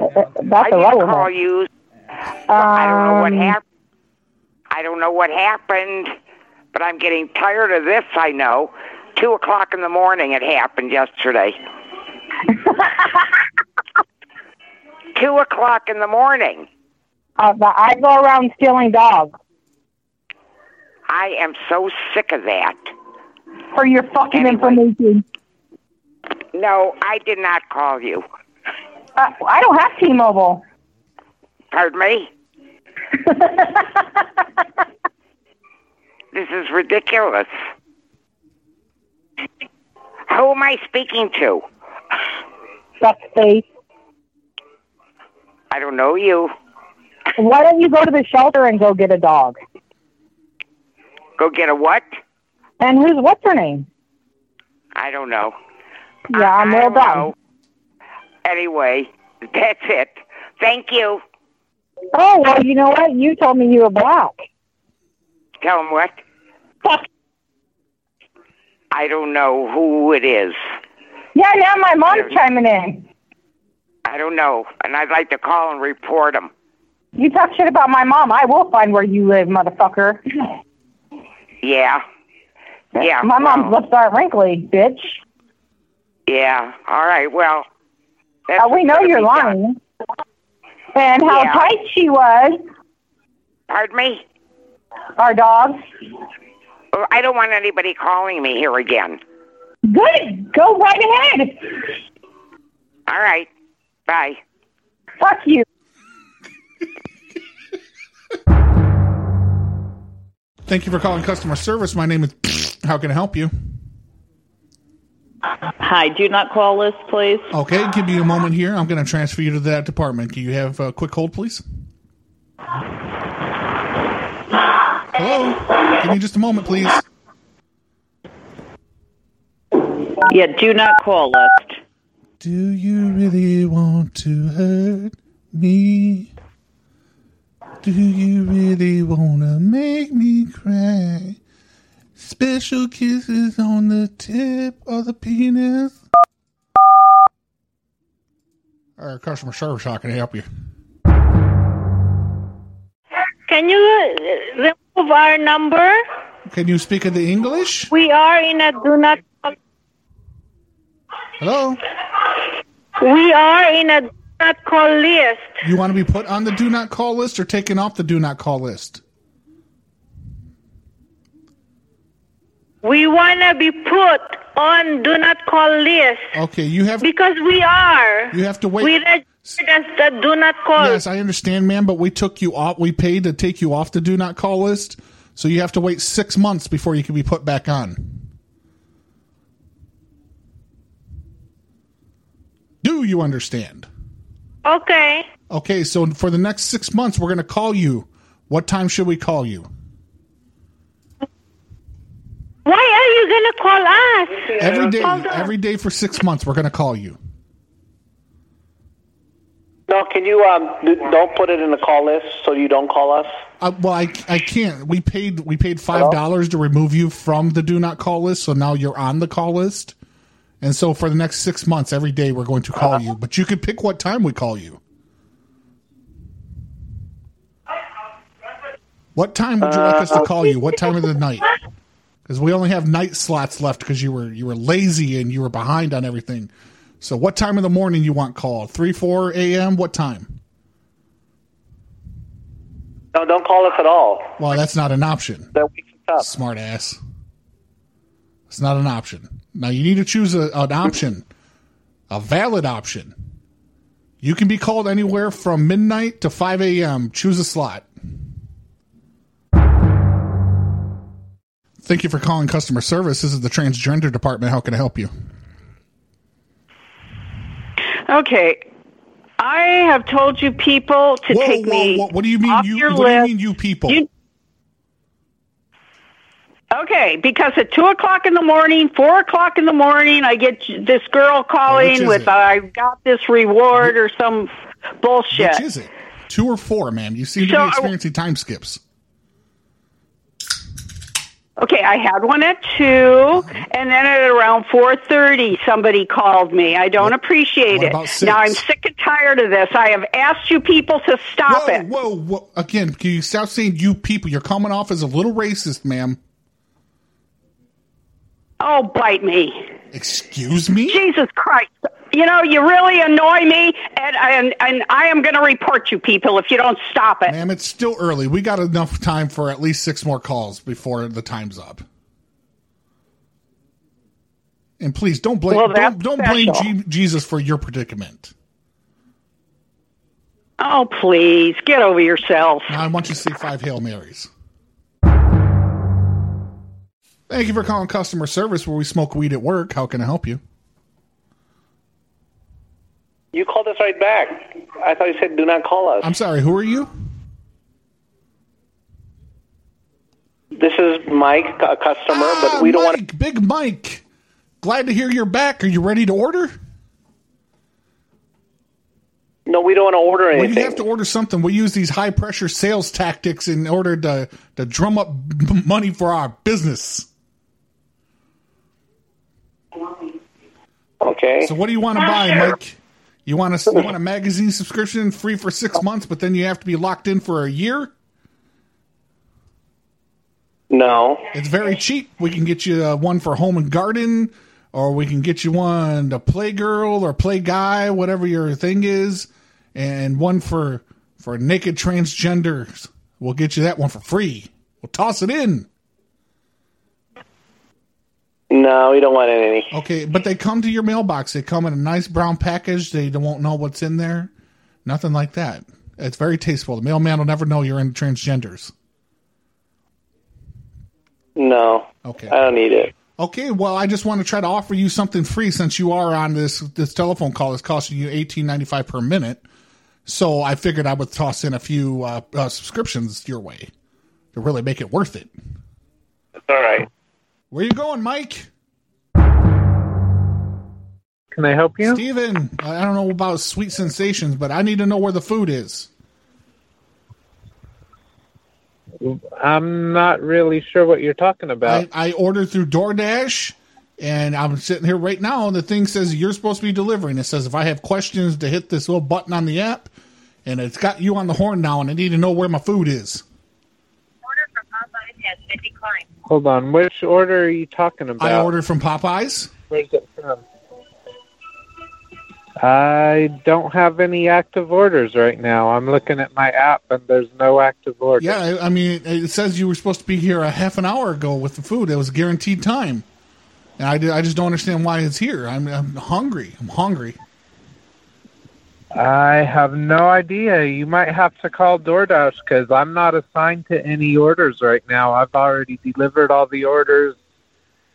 Speaker 12: I
Speaker 13: Uh, That's Um,
Speaker 12: didn't
Speaker 13: irrelevant.
Speaker 12: call you. I don't know what happened. I don't know what happened, but I'm getting tired of this. I know. Two o'clock in the morning, it happened yesterday. Two o'clock in the morning.
Speaker 13: Uh, but I go around stealing dogs
Speaker 12: I am so sick of that.
Speaker 13: for your fucking information.
Speaker 12: No, I did not call you.
Speaker 13: Uh, I don't have T-Mobile.
Speaker 12: Pardon me? this is ridiculous. Who am I speaking to?
Speaker 13: That's fake.
Speaker 12: I don't know you.
Speaker 13: Why don't you go to the shelter and go get a dog?
Speaker 12: Go get a what?
Speaker 13: And who's what's her name?
Speaker 12: I don't know.
Speaker 13: Yeah, I'm real dumb.
Speaker 12: Anyway, that's it. Thank you.
Speaker 13: Oh well, you know what? You told me you were black.
Speaker 12: Tell him what?
Speaker 13: Fuck.
Speaker 12: I don't know who it is.
Speaker 13: Yeah, now my mom's chiming in.
Speaker 12: I don't know. And I'd like to call and report him.
Speaker 13: You talk shit about my mom. I will find where you live, motherfucker.
Speaker 12: Yeah. Yeah.
Speaker 13: My
Speaker 12: well,
Speaker 13: mom's lips aren't wrinkly, bitch.
Speaker 12: Yeah. All right. Well,
Speaker 13: Uh, we know
Speaker 12: gonna
Speaker 13: you're
Speaker 12: be done.
Speaker 13: lying. And how
Speaker 12: Yeah.
Speaker 13: tight she was,
Speaker 12: Pardon me?
Speaker 13: our dog.
Speaker 12: Oh, I don't want anybody calling me here again.
Speaker 13: Good. Go right ahead.
Speaker 12: All right. Bye.
Speaker 13: Fuck you.
Speaker 7: Thank you for calling customer service. My name is. How can I help you?
Speaker 15: Hi, do not call this, please.
Speaker 7: Okay, give me a moment here. I'm going to transfer you to that department. Can you have a quick hold, please? Hello? Give me just a moment, please.
Speaker 15: Yeah, do not call list.
Speaker 7: Do you really want to hurt me? Do you really want to make me cry? Special kisses on the tip of the penis. Our customer service, how can I help you?
Speaker 16: Can you uh, remove our number?
Speaker 7: Can you speak in the English?
Speaker 16: We are in a do not.
Speaker 7: Hello?
Speaker 16: We are in a do not call list.
Speaker 7: You want to be put on the do not call list or taken off the do not call list?
Speaker 16: We want to be put on do not call list
Speaker 7: Okay, you have
Speaker 16: because we are.
Speaker 7: you have to wait.
Speaker 16: We registered as the do not call.
Speaker 7: Yes, I understand, ma'am, but we took you off. We paid to take you off the do not call list, so you have to wait six months before you can be put back on. Do you understand?
Speaker 16: Okay.
Speaker 7: Okay, so for the next six months, we're going to call you. What time should we call you?
Speaker 16: Why are you gonna call us?
Speaker 7: Every day,
Speaker 16: Hold on.
Speaker 7: every day for six months, we're going to call you.
Speaker 14: No, can you um d- don't put it in the call list so you don't call us?
Speaker 7: Uh, well, I, I can't. We paid we paid five dollars to remove you from the do not call list, so now you're on the call list. And so for the next six months, every day we're going to call you, but you can pick what time we call you. What time would you like us to call you? What time of the night? Because we only have night slots left because you were you were lazy and you were behind on everything. So what time in the morning you want called? Three four a.m. What time?
Speaker 14: No, don't call us at all.
Speaker 7: Well, that's not an option.
Speaker 14: That wakes us up.
Speaker 7: Smart ass. It's not an option. Now you need to choose a, an option, a valid option. You can be called anywhere from midnight to 5 a.m. Choose a slot. Thank you for calling customer service. This is the transgender department. How can I help you?
Speaker 15: Okay. I have told you people to
Speaker 7: Whoa,
Speaker 15: take
Speaker 7: whoa,
Speaker 15: me.
Speaker 7: whoa, what do you mean
Speaker 15: off
Speaker 7: you-
Speaker 15: your
Speaker 7: what do you
Speaker 15: list.
Speaker 7: mean you people?
Speaker 15: Okay, because at two o'clock in the morning, four o'clock in the morning, I get this girl
Speaker 7: Which
Speaker 15: calling
Speaker 7: is
Speaker 15: with
Speaker 7: it?
Speaker 15: I got this reward or some bullshit.
Speaker 7: Which is it? Two or four, ma'am? You seem to
Speaker 15: So
Speaker 7: be
Speaker 15: I-
Speaker 7: experiencing time skips.
Speaker 15: Okay, I had one at two,
Speaker 7: Uh-huh.
Speaker 15: and then at around four thirty, somebody called me. I don't appreciate
Speaker 7: what
Speaker 15: it.
Speaker 7: about six?
Speaker 15: Now I'm sick and tired of this. I have asked you people to stop
Speaker 7: whoa,
Speaker 15: it.
Speaker 7: Whoa, whoa. Again, can you stop saying you people? You're coming off as a little racist, ma'am.
Speaker 15: Oh, bite me!
Speaker 7: Excuse me?
Speaker 15: Jesus Christ! You know you really annoy me, and and, and I am going to report you people if you don't stop it.
Speaker 7: Ma'am, it's still early. We got enough time for at least six more calls before the time's up. And please don't blame
Speaker 15: Well, that's
Speaker 7: don't, don't blame
Speaker 15: special.
Speaker 7: Je- Jesus for your predicament.
Speaker 15: Oh, please get over yourself.
Speaker 7: Now I want you to say five Hail Marys. Thank you for calling customer service where we smoke weed at work. How can I help you?
Speaker 14: You called us right back. I thought you said do not call us.
Speaker 7: I'm sorry, who are you?
Speaker 14: This is Mike, a customer,
Speaker 17: Oh,
Speaker 14: but we
Speaker 7: Uh, Mike,
Speaker 14: don't want
Speaker 7: Big Mike. Glad to hear you're back. Are you ready to order?
Speaker 14: no, we don't want to order
Speaker 7: Well, you
Speaker 14: anything.
Speaker 7: have to order something. We use these high pressure sales tactics in order to to drum up m- money for our business.
Speaker 14: Okay.
Speaker 7: So what do you want to buy, Mike? You want a you want a magazine subscription free for six months, but then you have to be locked in for a year.
Speaker 14: No.
Speaker 7: It's very cheap. We can get you uh, one for home and garden, or we can get you one to play girl or play guy, whatever your thing is, and one for for naked transgenders. We'll get you that one for free. We'll toss it in.
Speaker 14: No, we don't want any.
Speaker 7: Okay, but they come to your mailbox. They come in a nice brown package. They don't- won't know what's in there. Nothing like that. It's very tasteful. The mailman will never know you're into transgenders.
Speaker 14: No.
Speaker 7: Okay.
Speaker 14: I don't need it.
Speaker 7: Okay, well, I just want to try to offer you something free since you are on this this telephone call. It's costing you eighteen ninety five per minute. So I figured I would toss in a few uh, uh, subscriptions your way to really make it worth it.
Speaker 14: All right.
Speaker 7: Where you going, Mike?
Speaker 3: Can I help you?
Speaker 7: Steven, I I don't know about sweet sensations, but I need to know where the food is.
Speaker 3: I'm not really sure what you're talking about.
Speaker 7: I, I ordered through DoorDash, and I'm sitting here right now, and the thing says you're supposed to be delivering. It says if I have questions, to hit this little button on the app, and it's got you on the horn now, and I need to know where my food is.
Speaker 3: Hold on. Which order are you talking about?
Speaker 7: I ordered from Popeyes.
Speaker 3: Where's it from?
Speaker 18: I don't have any active orders right now. I'm looking at my app and there's no active orders.
Speaker 7: Yeah, I, I mean, it says you were supposed to be here a half an hour ago with the food. It was guaranteed time, and I, did- I just don't understand why it's here. I'm, I'm hungry. I'm hungry.
Speaker 18: I have no idea. You might have to call DoorDash because I'm not assigned to any orders right now. I've already delivered all the orders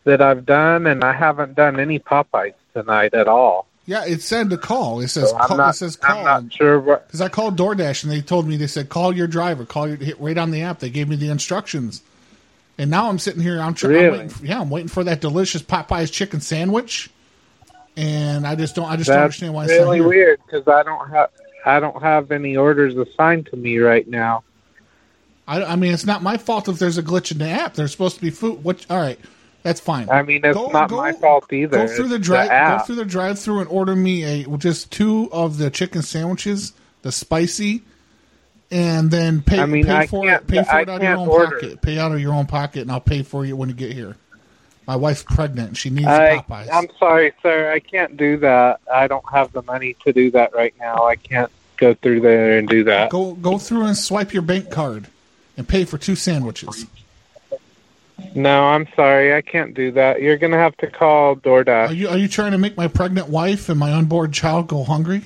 Speaker 18: that I've done, and I haven't done any Popeyes tonight at all.
Speaker 7: Yeah, it said to call. It says
Speaker 18: So I'm
Speaker 7: call,
Speaker 18: not-
Speaker 7: it says call.
Speaker 18: I'm not sure what
Speaker 7: because I called DoorDash and they told me they said call your driver. Call your hit right on the app. They gave me the instructions, and now I'm sitting here. I'm, tr- I'm
Speaker 18: Really?
Speaker 7: waiting for, yeah, I'm waiting for that delicious Popeyes chicken sandwich, and I just don't. I just don't
Speaker 18: That's
Speaker 7: understand why it's not
Speaker 18: really
Speaker 7: here.
Speaker 18: weird because I don't have I don't have any orders assigned to me right now.
Speaker 7: I, I mean, it's not my fault if there's a glitch in the app. There's supposed to be food. What? All right, that's fine.
Speaker 18: I mean, it's
Speaker 7: Go-
Speaker 18: not
Speaker 7: go-
Speaker 18: my fault either.
Speaker 7: Go through the
Speaker 18: It's
Speaker 7: drive.
Speaker 18: app.
Speaker 7: go through the drive-through and order me a just two of the chicken sandwiches, the spicy, and then pay,
Speaker 18: I mean,
Speaker 7: pay
Speaker 18: I
Speaker 7: for
Speaker 18: can't-
Speaker 7: it. Pay for
Speaker 18: I
Speaker 7: it out of your
Speaker 18: can't
Speaker 7: own
Speaker 18: order.
Speaker 7: pocket. Pay out of your own pocket, and I'll pay for you when you get here. My wife's pregnant. and She needs
Speaker 18: I,
Speaker 7: Popeyes.
Speaker 18: I'm sorry, sir. I can't do that. I don't have the money to do that right now. I can't go through there and do that.
Speaker 7: Go go through and swipe your bank card, and pay for two sandwiches.
Speaker 18: No, I'm sorry. I can't do that. You're going to have to call
Speaker 7: Are
Speaker 18: DoorDash.
Speaker 7: you are you trying to make my pregnant wife and my unborn child go hungry?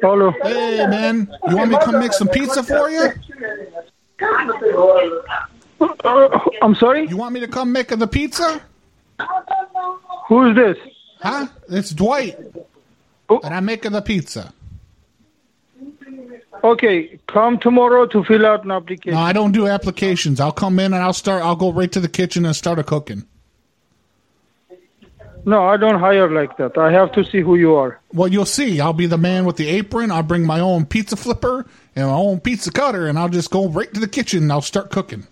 Speaker 18: Hello.
Speaker 7: Hey man, you want me to come make some pizza for you?
Speaker 19: Uh, I'm sorry.
Speaker 7: You want me to come make the pizza?
Speaker 19: Who is this? Oh.
Speaker 7: Huh? It's Dwight. And I'm making the pizza.
Speaker 19: Okay, come tomorrow to fill out an application.
Speaker 7: No, I don't do applications. I'll come in and I'll start. I'll go right to the kitchen and start a cooking.
Speaker 19: No, I don't hire like that. I have to see who you are.
Speaker 7: Well, you'll see. I'll be the man with the apron. I'll bring my own pizza flipper and my own pizza cutter, and I'll just go right to the kitchen and I'll start cooking.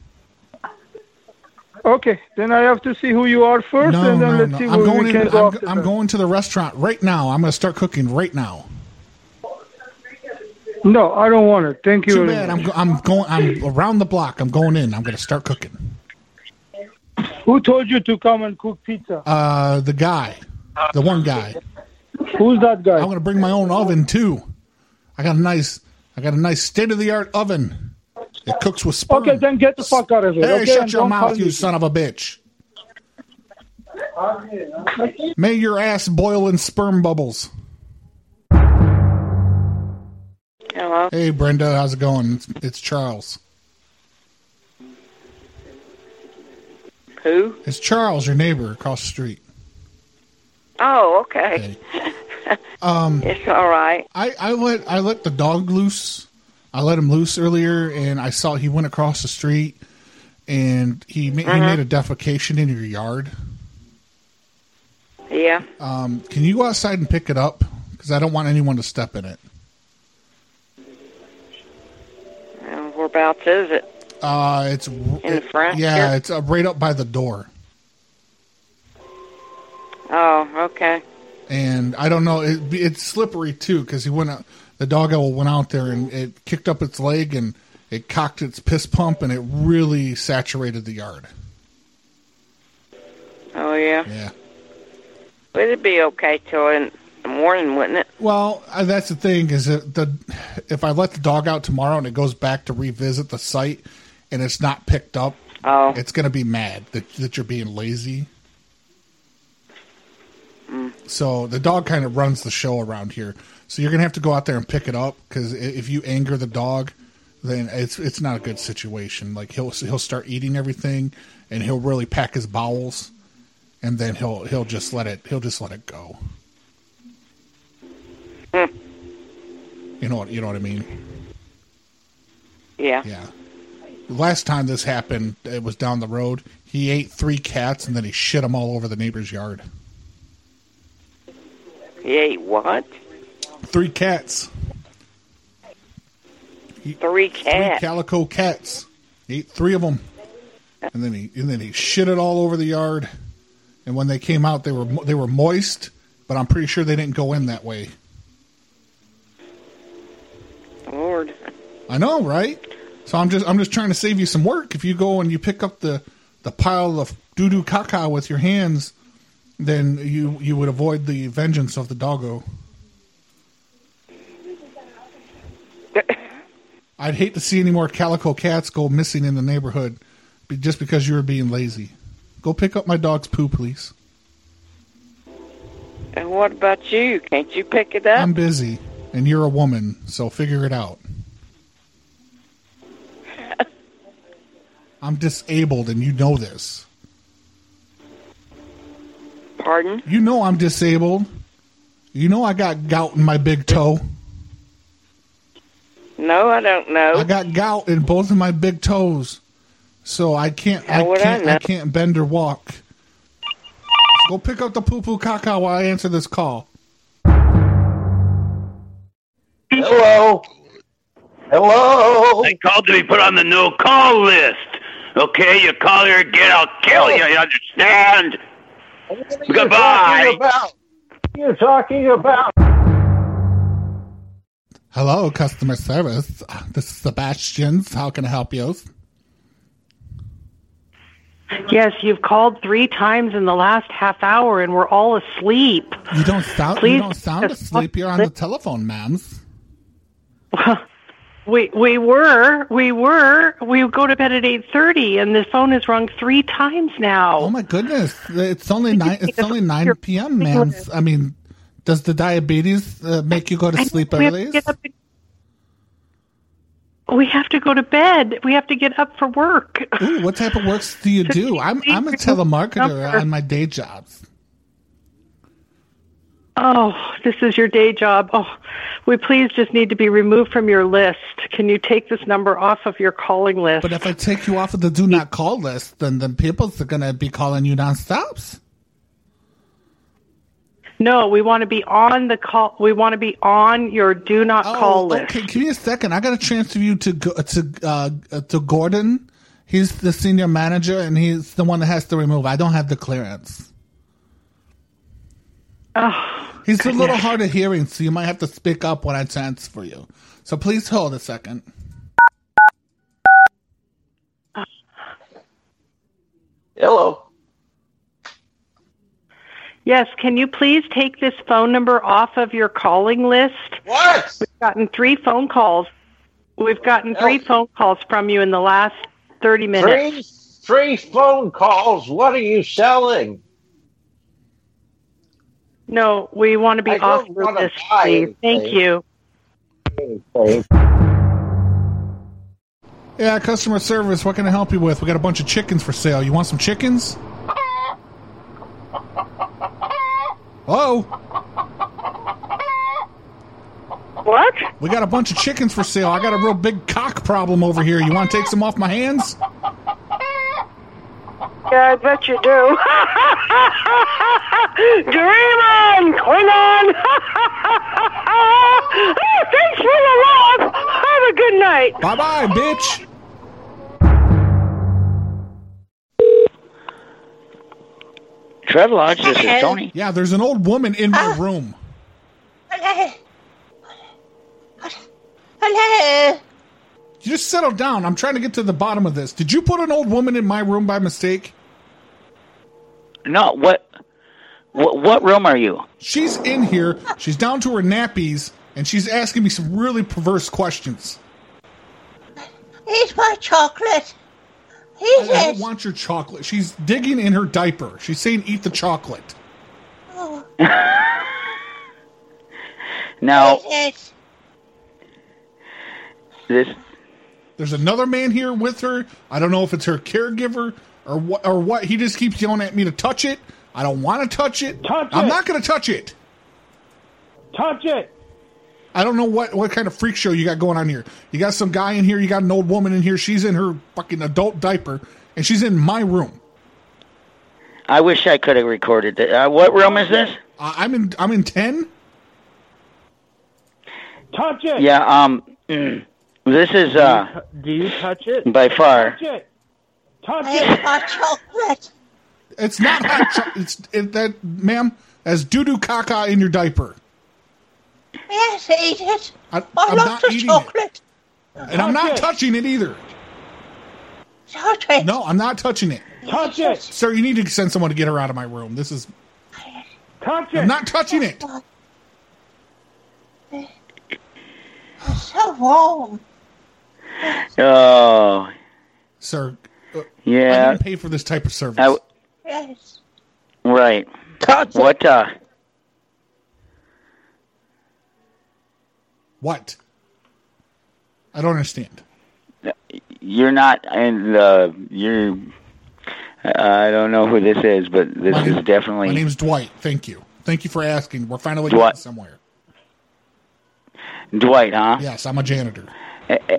Speaker 19: Okay, then I have to see who you are first,
Speaker 7: No,
Speaker 19: and then
Speaker 7: no,
Speaker 19: let's
Speaker 7: no.
Speaker 19: see
Speaker 7: I'm
Speaker 19: who
Speaker 7: going.
Speaker 19: we can
Speaker 7: In,
Speaker 19: go
Speaker 7: I'm,
Speaker 19: after.
Speaker 7: I'm going to the restaurant right now. I'm going to start cooking right now.
Speaker 19: No, I don't want it. Thank you.
Speaker 7: Too
Speaker 19: very
Speaker 7: bad.
Speaker 19: much.
Speaker 7: I'm, go- I'm going. I'm around the block. I'm going in. I'm going to start cooking.
Speaker 19: Who told you to come and cook pizza?
Speaker 7: Uh, the guy, the one guy.
Speaker 19: Who's that guy?
Speaker 7: I'm gonna bring my own oven too. I got a nice, I got a nice state of the art oven. It cooks with spoon.
Speaker 19: Okay, then get the fuck out of here.
Speaker 7: Hey,
Speaker 19: okay,
Speaker 7: shut
Speaker 19: and
Speaker 7: your
Speaker 19: don't
Speaker 7: mouth,
Speaker 19: call
Speaker 7: you
Speaker 19: me.
Speaker 7: son of a bitch! May your ass boil in sperm bubbles.
Speaker 17: Hello.
Speaker 7: Hey, Brenda, how's it going? It's, it's Charles.
Speaker 17: Who?
Speaker 7: It's Charles, your neighbor across the street.
Speaker 17: Oh, okay.
Speaker 7: Um,
Speaker 17: It's all right.
Speaker 7: I, I let I let the dog loose. I let him loose earlier, and I saw he went across the street, and he ma- he
Speaker 17: Uh-huh.
Speaker 7: made a defecation in your yard.
Speaker 17: Yeah.
Speaker 7: Um, can you go outside and pick it up? Because I don't want anyone to step in it.
Speaker 17: And whereabouts is it?
Speaker 7: Uh, it's
Speaker 17: In the front
Speaker 7: Yeah,
Speaker 17: here?
Speaker 7: it's uh, right up by the door,
Speaker 17: Oh, okay.
Speaker 7: and I don't know. It, it's slippery too because he went out. The doggo went out there and it kicked up its leg and it cocked its piss pump and it really saturated the yard.
Speaker 17: Oh, yeah.
Speaker 7: Yeah.
Speaker 17: But it'd be okay till in the morning, wouldn't it?
Speaker 7: Well, uh, that's the thing is that the if I let the dog out tomorrow and it goes back to revisit the site and it's not picked up,
Speaker 17: oh.
Speaker 7: it's going to be mad that that you're being lazy. So the dog kind of runs the show around here. So you're going to have to go out there and pick it up because if you anger the dog, then it's it's not a good situation. Like he'll he'll start eating everything and he'll really pack his bowels, and then he'll he'll just let it he'll just let it go. You know what you know what I mean.
Speaker 17: Yeah.
Speaker 7: Yeah. The last time this happened, it was down the road. He ate three cats and then he shit them all over the neighbor's yard.
Speaker 17: Yay, what?
Speaker 7: Three cats,
Speaker 17: Three
Speaker 7: three
Speaker 17: cats.
Speaker 7: calico cats. He ate three of them, and then he and then he shit it all over the yard. And when they came out, they were mo- they were moist, but I'm pretty sure they didn't go in that way.
Speaker 17: Lord.
Speaker 7: I know, right? So I'm just I'm just trying to save you some work. If you go and you pick up the the pile of doo doo caca with your hands, then you you would avoid the vengeance of the doggo. I'd hate to see any more calico cats go missing in the neighborhood, be- just because you were being lazy. Go pick up my dog's poo, please.
Speaker 17: And what about you? Can't you pick it up?
Speaker 7: I'm busy, and you're a woman, so figure it out. I'm disabled, and you know this.
Speaker 17: Pardon?
Speaker 7: You know I'm disabled. You know I got gout in my big toe.
Speaker 17: No, I don't know.
Speaker 7: I got gout in both of my big toes, so I can't.
Speaker 17: How
Speaker 7: I
Speaker 17: would I
Speaker 7: can't.
Speaker 17: know?
Speaker 7: I can't bend or walk. Go pick up the poo poo caca while I answer this call.
Speaker 20: Hello. Hello.
Speaker 21: I called to be put on the no call list. Okay, you call here again, I'll
Speaker 20: Oh.
Speaker 21: kill you. You understand? Goodbye.
Speaker 20: What are you talking about?
Speaker 7: Hello, customer service. This is Sebastian's. How can I help you?
Speaker 22: Yes, you've called three times in the last half hour, and we're all asleep.
Speaker 7: You don't sound.
Speaker 22: Please-
Speaker 7: You don't sound asleep. You're on the telephone, ma'ams.
Speaker 22: We we were we were we go to bed at eight thirty, and the phone has rung three times now.
Speaker 7: Oh my goodness! It's only nine. It's only nine p.m., ma'ams. I mean, does the diabetes uh, make you go to sleep
Speaker 22: we have to
Speaker 7: early?
Speaker 22: get up and- we have to go to bed. We have to get up for work.
Speaker 7: Ooh, what type of works do you do? I'm I'm a telemarketer on my day jobs.
Speaker 22: Oh, this is your day job. Oh, we please just need to be removed from your list. Can you take this number off of your calling list?
Speaker 7: But if I take you off of the do not call list, then then people's are gonna be calling you nonstops.
Speaker 22: No, we want to be on the call. We want to be on your do not call
Speaker 7: Oh,
Speaker 22: list.
Speaker 7: okay, give me a second. I gotta transfer you to Go- to uh, uh, to Gordon. He's the senior manager, and he's the one that has to remove. I don't have the clearance.
Speaker 22: Oh,
Speaker 7: He's a little
Speaker 22: goodness.
Speaker 7: hard of hearing, so you might have to speak up when I transfer you. So please hold a second.
Speaker 20: Hello.
Speaker 22: Yes, can you please take this phone number off of your calling list?
Speaker 20: What?
Speaker 22: We've gotten three phone calls. We've gotten three phone calls from you in the last 30 minutes.
Speaker 20: Three, three phone calls. What are you selling?
Speaker 22: No, we want to be
Speaker 20: I don't
Speaker 22: off your
Speaker 20: wanna
Speaker 22: list,
Speaker 20: buy
Speaker 22: please. Thank
Speaker 20: anything.
Speaker 22: you.
Speaker 7: Yeah, customer service. What can I help you with? We got a bunch of chickens for sale. You want some chickens? Oh.
Speaker 22: What?
Speaker 7: We got a bunch of chickens for sale. I got a real big cock problem over here. You want to take some off my hands?
Speaker 16: Yeah, I bet you do. Dream on, Klingon. oh, thanks for the love. Have a good night.
Speaker 7: Bye bye, bitch.
Speaker 23: Tread Lodge, this is Tony.
Speaker 7: Yeah, there's an old woman in my room.
Speaker 23: Hello. Hello.
Speaker 7: Just settle down. I'm trying to get to the bottom of this. Did you put an old woman in my room by mistake?
Speaker 23: No, what, what, what room are you?
Speaker 7: She's in here. She's down to her nappies, and she's asking me some really perverse questions.
Speaker 23: Eat my chocolate. Eat
Speaker 7: I don't
Speaker 23: it.
Speaker 7: want your chocolate. She's digging in her diaper. She's saying, "Eat the chocolate."
Speaker 23: Oh, Now, eat it. this
Speaker 7: There's another man here with her. I don't know if it's her caregiver or what. Or what. He just keeps yelling at me to touch it. I don't want to touch it. I'm
Speaker 19: it.
Speaker 7: not going to touch it.
Speaker 19: Touch it.
Speaker 7: I don't know what what kind of freak show you got going on here. You got some guy in here. You got an old woman in here. She's in her fucking adult diaper, and she's in my room.
Speaker 23: I wish I could have recorded it. Uh, what room is this?
Speaker 7: I, I'm in. I'm in ten.
Speaker 19: Touch it.
Speaker 23: Yeah, um, mm, this is, uh,
Speaker 19: Do you touch it?
Speaker 23: By far.
Speaker 19: Touch it. Touch it.
Speaker 23: chocolate.
Speaker 7: It's not hot. cho- it's it, that, ma'am. As doo doo caca in your diaper.
Speaker 23: Yes, eat it.
Speaker 7: I,
Speaker 23: I
Speaker 7: am
Speaker 23: love
Speaker 7: not
Speaker 23: the
Speaker 7: eating
Speaker 23: chocolate.
Speaker 7: it, and I'm not touching it either.
Speaker 23: Touch it.
Speaker 7: No, I'm not touching it.
Speaker 23: Touch it.
Speaker 7: Sir, you need to send someone to get her out of my room. This is
Speaker 19: Touch it.
Speaker 7: I'm not touching it.
Speaker 1: So warm.
Speaker 23: Oh,
Speaker 7: sir. I
Speaker 23: yeah.
Speaker 7: didn't pay for this type of service.
Speaker 23: I w-
Speaker 1: Yes.
Speaker 23: right. what? Uh,
Speaker 7: what? I don't understand.
Speaker 23: you're not in the. You're. I don't know who this is, but this
Speaker 7: My
Speaker 23: is
Speaker 7: name-
Speaker 23: definitely.
Speaker 7: My name's Dwight. Thank you. Thank you for asking. We're finally
Speaker 23: Dwight.
Speaker 7: getting somewhere.
Speaker 23: Dwight, huh?
Speaker 7: Yes, I'm a janitor.
Speaker 23: Eh, eh,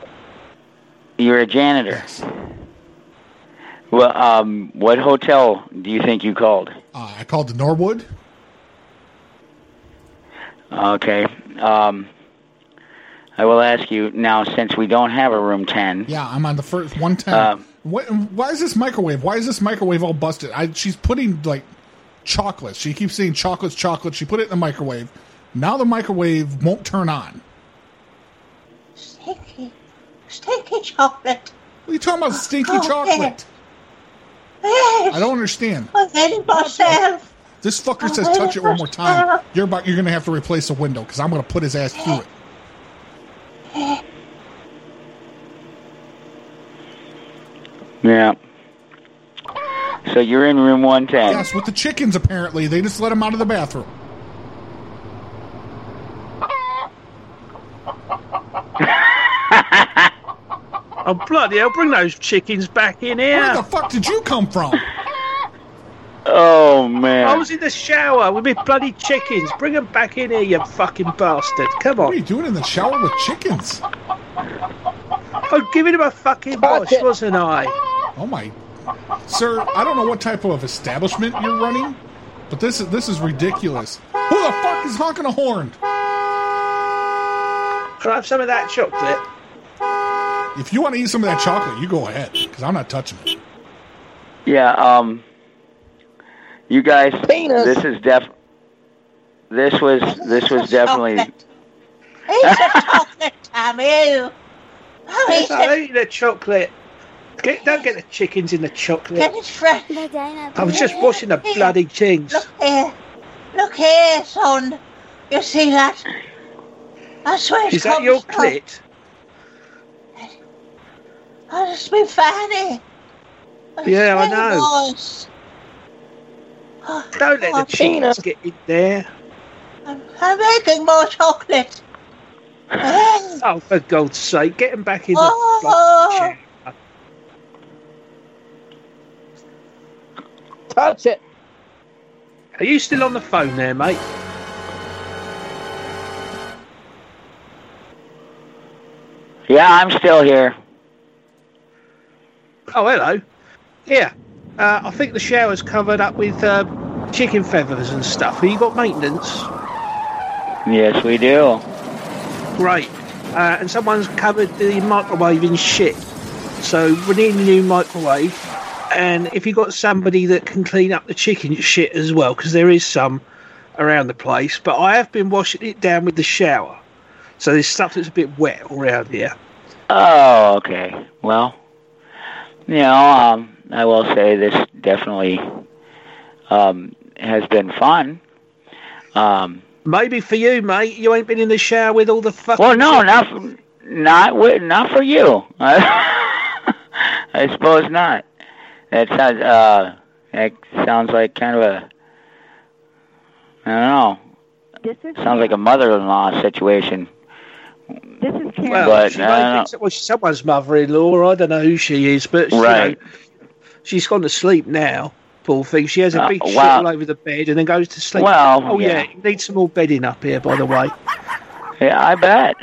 Speaker 23: You're a janitor. Well, um, what hotel do you think you called?
Speaker 7: Uh, I called the Norwood.
Speaker 23: Okay. Um, I will ask you now, since we don't have a room ten.
Speaker 7: Yeah, I'm on the first one ten.
Speaker 23: Um,
Speaker 7: what, why is this microwave? Why is this microwave all busted? I, she's putting like chocolate. She keeps saying chocolates, chocolate. She put it in the microwave. Now the microwave won't turn on.
Speaker 1: Stinky. Stinky chocolate. Oh,
Speaker 7: What are you talking about, stinky chocolate?
Speaker 1: Yes.
Speaker 7: I don't understand.
Speaker 1: I'm getting myself.
Speaker 7: This fucker says touch it one more time. You're about you're gonna have to replace a window because I'm gonna put his ass through it.
Speaker 23: Yeah. So you're in room one ten.
Speaker 7: Yes, with the chickens apparently. They just let him out of the bathroom.
Speaker 5: Oh, bloody hell, bring those chickens back in here. Where the
Speaker 7: fuck did you come from?
Speaker 23: Oh man.
Speaker 5: I was in the shower with my bloody chickens. Bring them back in here, you fucking bastard. Come on. What are
Speaker 7: you doing in the shower with chickens?
Speaker 5: I'm giving him a fucking wash, wasn't I?
Speaker 7: Oh my, sir! I don't know what type of establishment you're running, but this is this is ridiculous. Who the fuck is honking a horn?
Speaker 5: Can I have some of that chocolate?
Speaker 7: If you want to eat some of that chocolate, you go ahead, because I'm not touching it.
Speaker 23: Yeah. Um. You guys,
Speaker 1: Penis.
Speaker 23: this is def. This was this was definitely.
Speaker 1: It's a chocolate, Oh, I'm ill.
Speaker 5: Yes, I'll eat the chocolate. Get, don't get the chickens in the chocolate.
Speaker 1: Get it fresh.
Speaker 5: I was just washing the bloody things.
Speaker 1: Look here. Look here, son. You see that? That's where it
Speaker 5: Is that
Speaker 1: comes
Speaker 5: your
Speaker 1: from.
Speaker 5: clit?
Speaker 1: Oh, it's been fanny.
Speaker 5: Yeah, I
Speaker 1: Fanny
Speaker 5: know.
Speaker 1: boys. Oh,
Speaker 5: Don't let the chickens get in there.
Speaker 1: I'm making more chocolate.
Speaker 5: Oh, for God's sake, get them back in the bloody
Speaker 1: Oh,
Speaker 5: Touch it. Are you still on the phone there, mate?
Speaker 23: Yeah, I'm still here.
Speaker 5: Oh, hello. Yeah, uh, I think the shower's covered up with uh, chicken feathers and stuff. Have you got maintenance?
Speaker 23: Yes, we do.
Speaker 5: Great. Uh, and someone's covered the microwave in shit. So we need a new microwave. And if you've got somebody that can clean up the chicken shit as well, because there is some around the place, but I have been washing it down with the shower. So there's stuff that's a bit wet all around here.
Speaker 23: Oh, okay. Well, you know, um, I will say this definitely um, has been fun. Um,
Speaker 5: Maybe for you, mate, you ain't been in the shower with all the fucking.
Speaker 23: well, no,
Speaker 5: chicken.
Speaker 23: not for, not with, not for you. I suppose not. That sounds uh, that sounds like kind of a I don't know.
Speaker 6: This is
Speaker 23: Sounds like a mother-in-law situation.
Speaker 6: This is
Speaker 5: Well,
Speaker 23: But,
Speaker 5: she
Speaker 23: I
Speaker 5: may
Speaker 23: don't
Speaker 5: think so- well, she's someone's mother-in-law. or I don't know who she is, but you
Speaker 23: Right.
Speaker 5: know, she's gone to sleep now. Poor thing. She has a
Speaker 23: Uh,
Speaker 5: big shit
Speaker 23: well-
Speaker 5: all over the bed and then goes to sleep.
Speaker 23: Well,
Speaker 5: oh
Speaker 23: yeah.
Speaker 5: yeah, you need some more bedding up here, by the way.
Speaker 23: Yeah, I bet.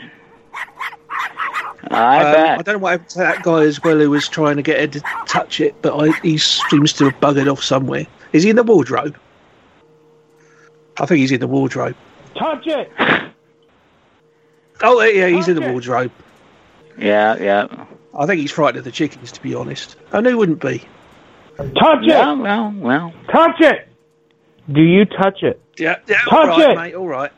Speaker 23: I
Speaker 5: Um,
Speaker 23: bet.
Speaker 5: I don't know what happened to that guy as well who was trying to get her to touch it, but I, he seems to have buggered off somewhere. Is he in the wardrobe? I think he's in the wardrobe.
Speaker 19: Touch it.
Speaker 5: Oh yeah, he's in the wardrobe.
Speaker 23: Yeah, yeah.
Speaker 5: I think he's frightened of the chickens, to be honest. And who wouldn't be?
Speaker 19: Touch it.
Speaker 23: Well, well, well.
Speaker 19: Touch it.
Speaker 24: Do you touch it?
Speaker 5: Yeah, yeah, all
Speaker 24: Touch
Speaker 5: right,
Speaker 24: it.
Speaker 5: mate, all right.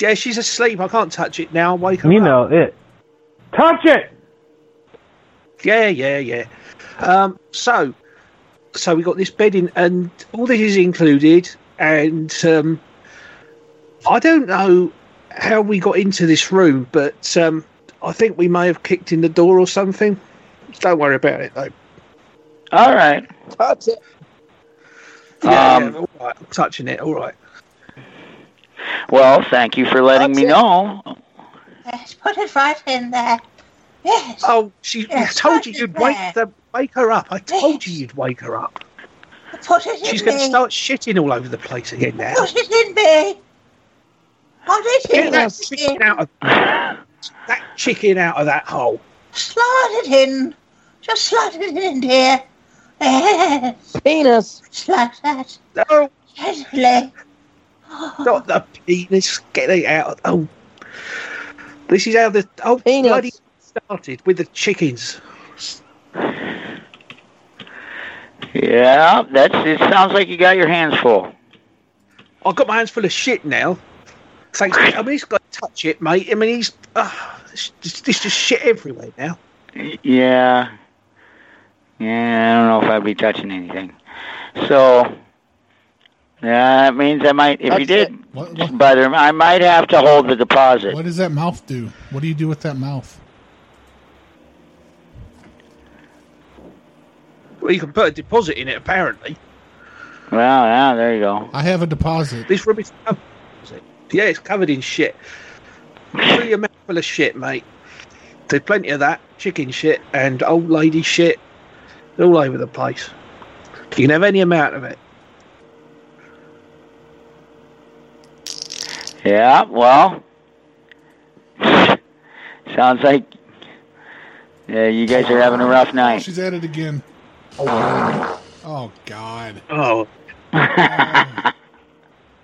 Speaker 5: Yeah, she's asleep. I can't touch it now. Wake up.
Speaker 24: You know it.
Speaker 5: Touch it. Yeah, yeah, yeah. Um, so, so we got this bedding, and all this is included, and um, I don't know how we got into this room, but um, I think we may have kicked in the door or something. Don't worry about it, though.
Speaker 23: All right.
Speaker 5: That's it. Yeah,
Speaker 23: Um,
Speaker 5: yeah, all right. I'm touching it. All right.
Speaker 23: Well, thank you for letting me know.
Speaker 1: Yes, put it right in there. Yes.
Speaker 5: Oh, she
Speaker 1: Yes,
Speaker 5: I told
Speaker 1: put
Speaker 5: you
Speaker 1: it
Speaker 5: you'd wake
Speaker 1: there.
Speaker 5: the, wake her up. I told you you'd wake her up.
Speaker 1: Put it in
Speaker 5: She's going to
Speaker 1: me.
Speaker 5: start shitting all over the place again now.
Speaker 1: Put it in me. Put it
Speaker 5: Get
Speaker 1: in
Speaker 5: that
Speaker 1: us.
Speaker 5: chicken out of that chicken out of that hole.
Speaker 1: Slide it in. Just slide it in, dear. Yes.
Speaker 2: Penis.
Speaker 1: Slide that.
Speaker 5: No.
Speaker 1: Gently.
Speaker 5: Not the penis. Get it out. Oh, this is how the oh bloody started with the chickens.
Speaker 23: Yeah, that's. It sounds like you got your hands full.
Speaker 5: I've got my hands full of shit now. Thanks. mate. I mean, he's got to touch it, mate. I mean, he's uh, this, this just shit everywhere now.
Speaker 23: Yeah. Yeah, I don't know if I'd be touching anything. So that means I might. If you
Speaker 7: That's
Speaker 23: did, brother, I might have to hold the deposit.
Speaker 7: What does that mouth do? What do you do with that mouth?
Speaker 5: Well, you can put a deposit in it, apparently.
Speaker 23: Well, yeah, there you go.
Speaker 7: I have a deposit.
Speaker 5: This rubbish. Yeah, it's covered in shit. Fill your mouth full of shit, mate. There's plenty of that chicken shit and old lady shit all over the place. You can have any amount of it.
Speaker 23: Yeah. Well, sounds like yeah, you guys are having a rough night.
Speaker 7: Oh, She's at it again. Oh God.
Speaker 5: Oh.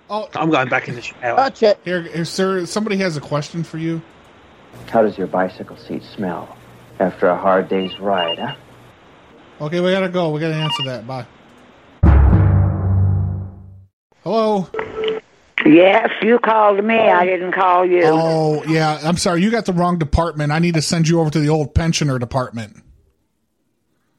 Speaker 7: Oh.
Speaker 5: I'm going back in the shower.
Speaker 2: Touch it.
Speaker 7: Here, here, sir. Somebody has a question for you.
Speaker 4: How does your bicycle seat smell after a hard day's ride, huh?
Speaker 7: Okay, we gotta go. We gotta answer that. Bye. Hello.
Speaker 8: Yes, you called me. I didn't call you.
Speaker 7: Oh yeah, I'm sorry. You got the wrong department. I need to send you over to the old pensioner department.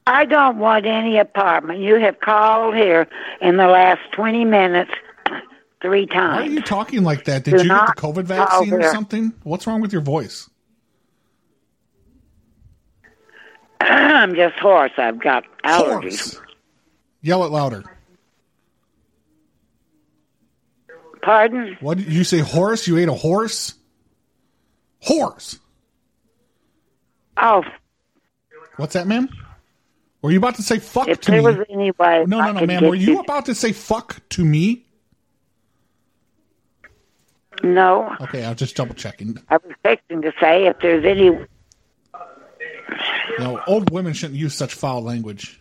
Speaker 8: I don't want any apartment. You have called here in the last 20 minutes three
Speaker 7: Why are
Speaker 8: times.
Speaker 7: you talking like that? Did
Speaker 8: Do
Speaker 7: you get
Speaker 8: not
Speaker 7: the COVID
Speaker 8: call
Speaker 7: vaccine or
Speaker 8: there.
Speaker 7: something? What's wrong with your voice?
Speaker 8: I'm just hoarse. I've got allergies.
Speaker 7: Horse. Yell it louder.
Speaker 8: Pardon?
Speaker 7: What did you say? Horse? You ate a horse? Horse.
Speaker 8: Oh,
Speaker 7: What's that, ma'am? Were you about to say fuck
Speaker 8: if
Speaker 7: to
Speaker 8: there
Speaker 7: me?
Speaker 8: was any way.
Speaker 7: no,
Speaker 8: I
Speaker 7: no, no,
Speaker 8: could
Speaker 7: ma'am.
Speaker 8: get
Speaker 7: Were you about to say fuck to me?
Speaker 8: No,
Speaker 7: Okay, I was just double checking.
Speaker 8: I was fixing to say if there's any.
Speaker 7: No, old women shouldn't use such foul language.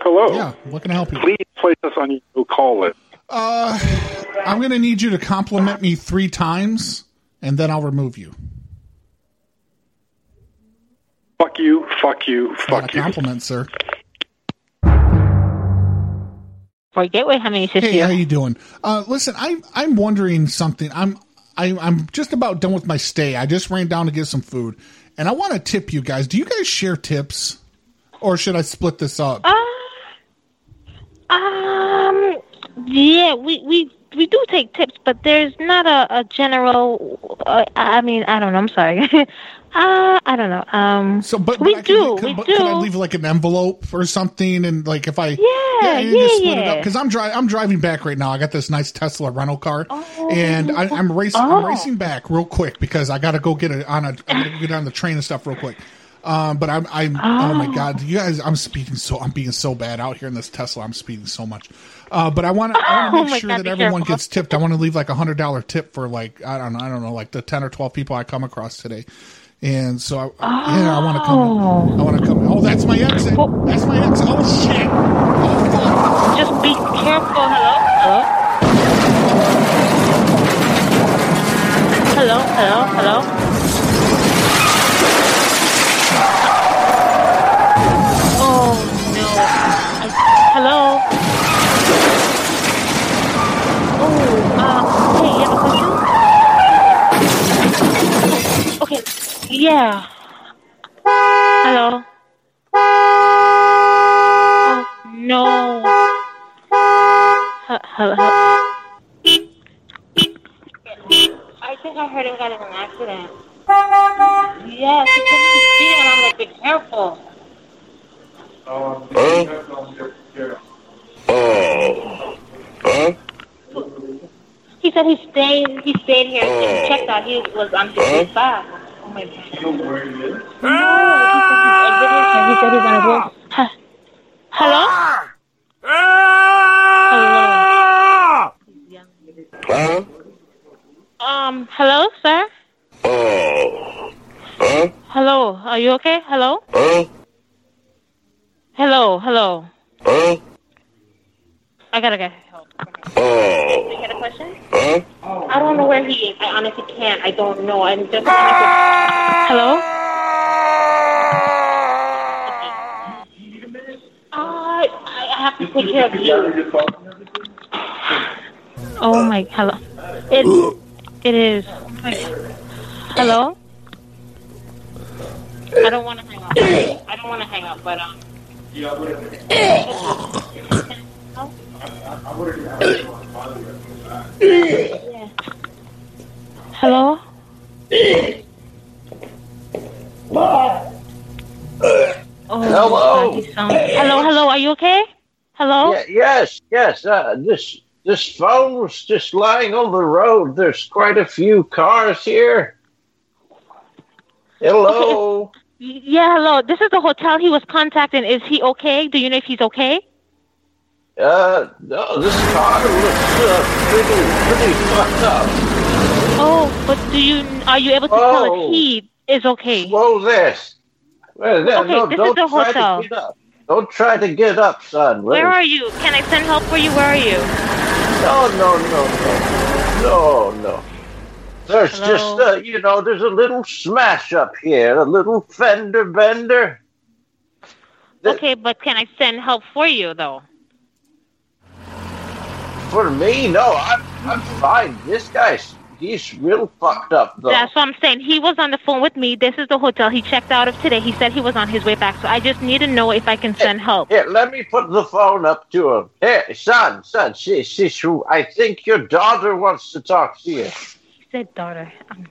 Speaker 9: Hello.
Speaker 7: Yeah, what can I help you?
Speaker 9: Please place us on your no call list.
Speaker 7: Uh, I'm going to need you to compliment me three times, and then I'll remove you.
Speaker 9: Fuck you. Fuck you.
Speaker 7: Fuck you. Compliment, sir.
Speaker 25: Forget what many sisters.
Speaker 7: Hey, how you doing? Uh, listen, I'm I'm wondering something. I'm I, I'm just about done with my stay. I just ran down to get some food, and I want to tip you guys. Do you guys share tips, or should I split this up?
Speaker 25: Um, yeah, we, we, we do take tips, but there's not a, a general. Uh, I mean, I don't know. I'm sorry. uh, I don't know. Um,
Speaker 7: so, but
Speaker 25: we
Speaker 7: I could-
Speaker 25: do,
Speaker 7: could-
Speaker 25: we
Speaker 7: but
Speaker 25: do.
Speaker 7: Could I leave like an envelope or something, and like if I yeah
Speaker 25: yeah, yeah.
Speaker 7: because I'm driving I'm driving back right now. I got this nice Tesla rental car, and I, I'm racing I'm
Speaker 25: Oh.
Speaker 7: racing back real quick because I got to go get a, on a I gotta go get on the train and stuff real quick. Um, but I'm I'm oh. my god, you guys! I'm speeding so I'm being so bad out here in this Tesla. I'm speeding so much. Uh, but I want to I want
Speaker 25: Oh
Speaker 7: to
Speaker 25: my
Speaker 7: make sure
Speaker 25: God,
Speaker 7: that
Speaker 25: be
Speaker 7: everyone
Speaker 25: careful.
Speaker 7: gets tipped. I want to leave like a hundred dollar tip for like I don't know I don't know like the ten or twelve people I come across today. And so I, yeah, I want to come. I want to come. Oh, that's my exit. That's my exit. Oh shit.
Speaker 25: Just be careful. Hello? Hello? Hello? Hello? Hello? Oh, no. I- hello? Oh, uh, hey, you have a question? Okay, yeah. Hello? Oh, Uh, no. Hello. I think I heard him got in an accident. Yes, he told me to speed, and I'm like, be careful. He said he stayed. He stayed here
Speaker 2: Oh.
Speaker 25: and checked out. He was on his way back. Oh my god.
Speaker 2: Ah!
Speaker 25: No, he said he's exited here. He said he's on his way. Huh. Hello.
Speaker 2: Ah! Huh?
Speaker 25: Hello. Um. Hello, sir.
Speaker 2: Oh. Huh?
Speaker 25: Hello. Are you okay? Hello.
Speaker 2: Huh?
Speaker 25: Hello. Hello.
Speaker 2: Huh?
Speaker 25: I gotta get.
Speaker 2: Oh.
Speaker 25: I had a question.
Speaker 2: Huh?
Speaker 25: I don't know where he is. I honestly can't. I don't know. I'm just. Hello. Uh, I I have to take care of you. Oh my. Hello. It. It is. Hello. I don't want to hang up. I don't want to hang up, but um. Hello. Oh,
Speaker 20: Hello.
Speaker 25: God, you sound- Hello. Hello. Are you okay? Hello.
Speaker 20: Ye- yes, yes. Uh, this this phone was just lying on the road. There's quite a few cars here. Hello.
Speaker 25: Yeah. Hello. This is the hotel he was contacting. Is he okay? Do you know if he's okay?
Speaker 20: Uh, no, this car looks uh, pretty pretty fucked up.
Speaker 25: Oh, but do you are you able to tell
Speaker 20: Oh.
Speaker 25: if he is okay?
Speaker 20: Slow this. Well, no,
Speaker 25: Okay,
Speaker 20: no,
Speaker 25: this is
Speaker 20: don't
Speaker 25: the
Speaker 20: try
Speaker 25: hotel.
Speaker 20: To get up. Don't try to get up, son.
Speaker 25: Where are you? Can I send help for you? Where are you?
Speaker 20: No, no, no, no, no, no. There's just, uh, you know, there's a little smash up here, a little fender bender.
Speaker 25: Okay, but can I send help for you though?
Speaker 20: For me, no, I'm, I'm fine. This guy's, he's real fucked up, though.
Speaker 25: That's what I'm saying. He was on the phone with me. This is the hotel he checked out of today. He said he was on his way back, so I just need to know if I can send help.
Speaker 20: Here, let me put the phone up to him. Here, son, son, she, she, she, I think your daughter wants to talk to you.
Speaker 25: He said, daughter, I'm,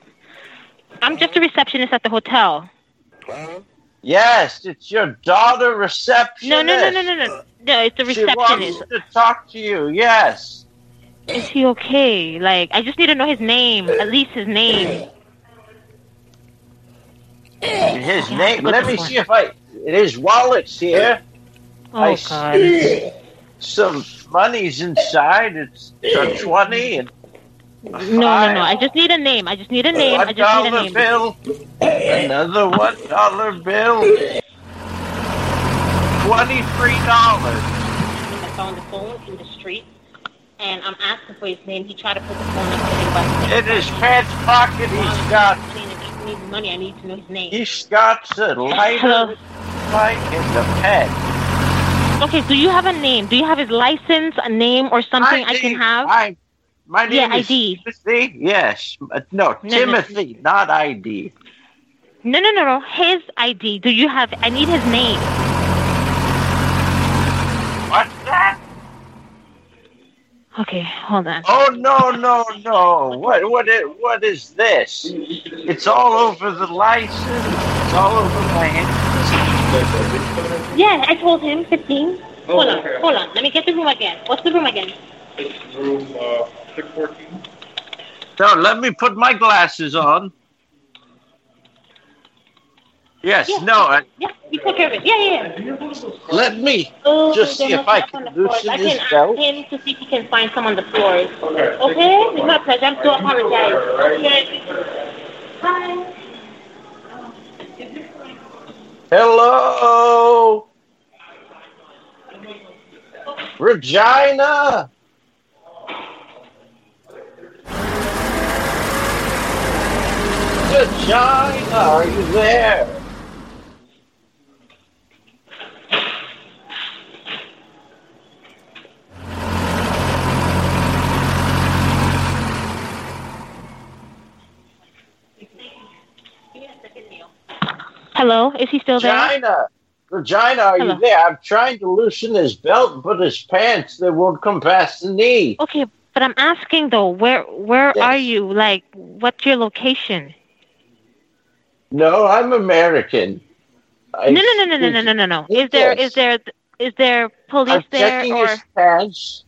Speaker 25: I'm just a receptionist at the hotel.
Speaker 20: Yes, it's your daughter receptionist.
Speaker 25: No, no, no, no, no, no. No, it's the
Speaker 20: She wants
Speaker 25: receptionist.
Speaker 20: to talk to you, yes.
Speaker 25: Is he okay? Like, I just need to know his name, at least his name.
Speaker 20: His name.
Speaker 25: go
Speaker 20: Let
Speaker 25: to
Speaker 20: me
Speaker 25: work.
Speaker 20: see if I. His wallet's here.
Speaker 25: Oh,
Speaker 20: I
Speaker 25: God.
Speaker 20: see some money's inside. It's a twenty and
Speaker 25: No, no, no. I just need a name. I just need a name. I
Speaker 20: one
Speaker 25: just need a
Speaker 20: dollar
Speaker 25: name.
Speaker 20: bill. Another one dollar bill. Twenty-three dollars.
Speaker 25: I found the phone in the street, and I'm asking for his name. He tried to put the phone up to him, but
Speaker 20: In his pants pocket, he's got
Speaker 25: I need money. I need to know his name.
Speaker 20: he's got a lighter, like in the pen.
Speaker 25: Okay, do you have a name? Do you have his license, a name, or something I can have?
Speaker 20: I, my name
Speaker 25: yeah,
Speaker 20: is
Speaker 25: ID.
Speaker 20: Timothy. Yes, Uh, no,
Speaker 25: no.
Speaker 20: Timothy, not ID.
Speaker 25: No, no, no, no. His ID. Do you have? I need his name.
Speaker 20: What's that?
Speaker 25: Okay, hold on.
Speaker 20: Oh no no no! What what is, what is this? It's all over the license. It's all over my hand.
Speaker 25: Yeah, I told him fifteen.
Speaker 20: Oh.
Speaker 25: hold on, hold on. Let me get the room again. What's the room again?
Speaker 9: Room uh, 614.
Speaker 20: So let me put my glasses on. Yes. No. I,
Speaker 25: Yeah, you took care of it. Yeah, yeah. yeah.
Speaker 20: let me
Speaker 25: Oh,
Speaker 20: just
Speaker 25: there
Speaker 20: see if
Speaker 25: must be
Speaker 20: I
Speaker 25: up on
Speaker 20: can
Speaker 25: the floor.
Speaker 20: loosen
Speaker 25: I
Speaker 20: this
Speaker 25: can ask
Speaker 20: belt.
Speaker 25: him to see if he can find some on the floor. Okay. Okay? It's my pleasure. I'm so apologize. Okay. Bye.
Speaker 20: Hello, Regina. Regina, are you there?
Speaker 25: Hello, is he still there?
Speaker 20: Regina, Regina, are you there? I'm trying to loosen his belt, but his pants they won't come past the knee.
Speaker 25: Okay, but I'm asking though, where where are you? Like, what's your location?
Speaker 20: No, I'm American. I-
Speaker 25: no, no, no, no, no, no, no, no, no. Is there is there is there police
Speaker 20: I'm
Speaker 25: there
Speaker 20: checking
Speaker 25: or?
Speaker 20: his pants.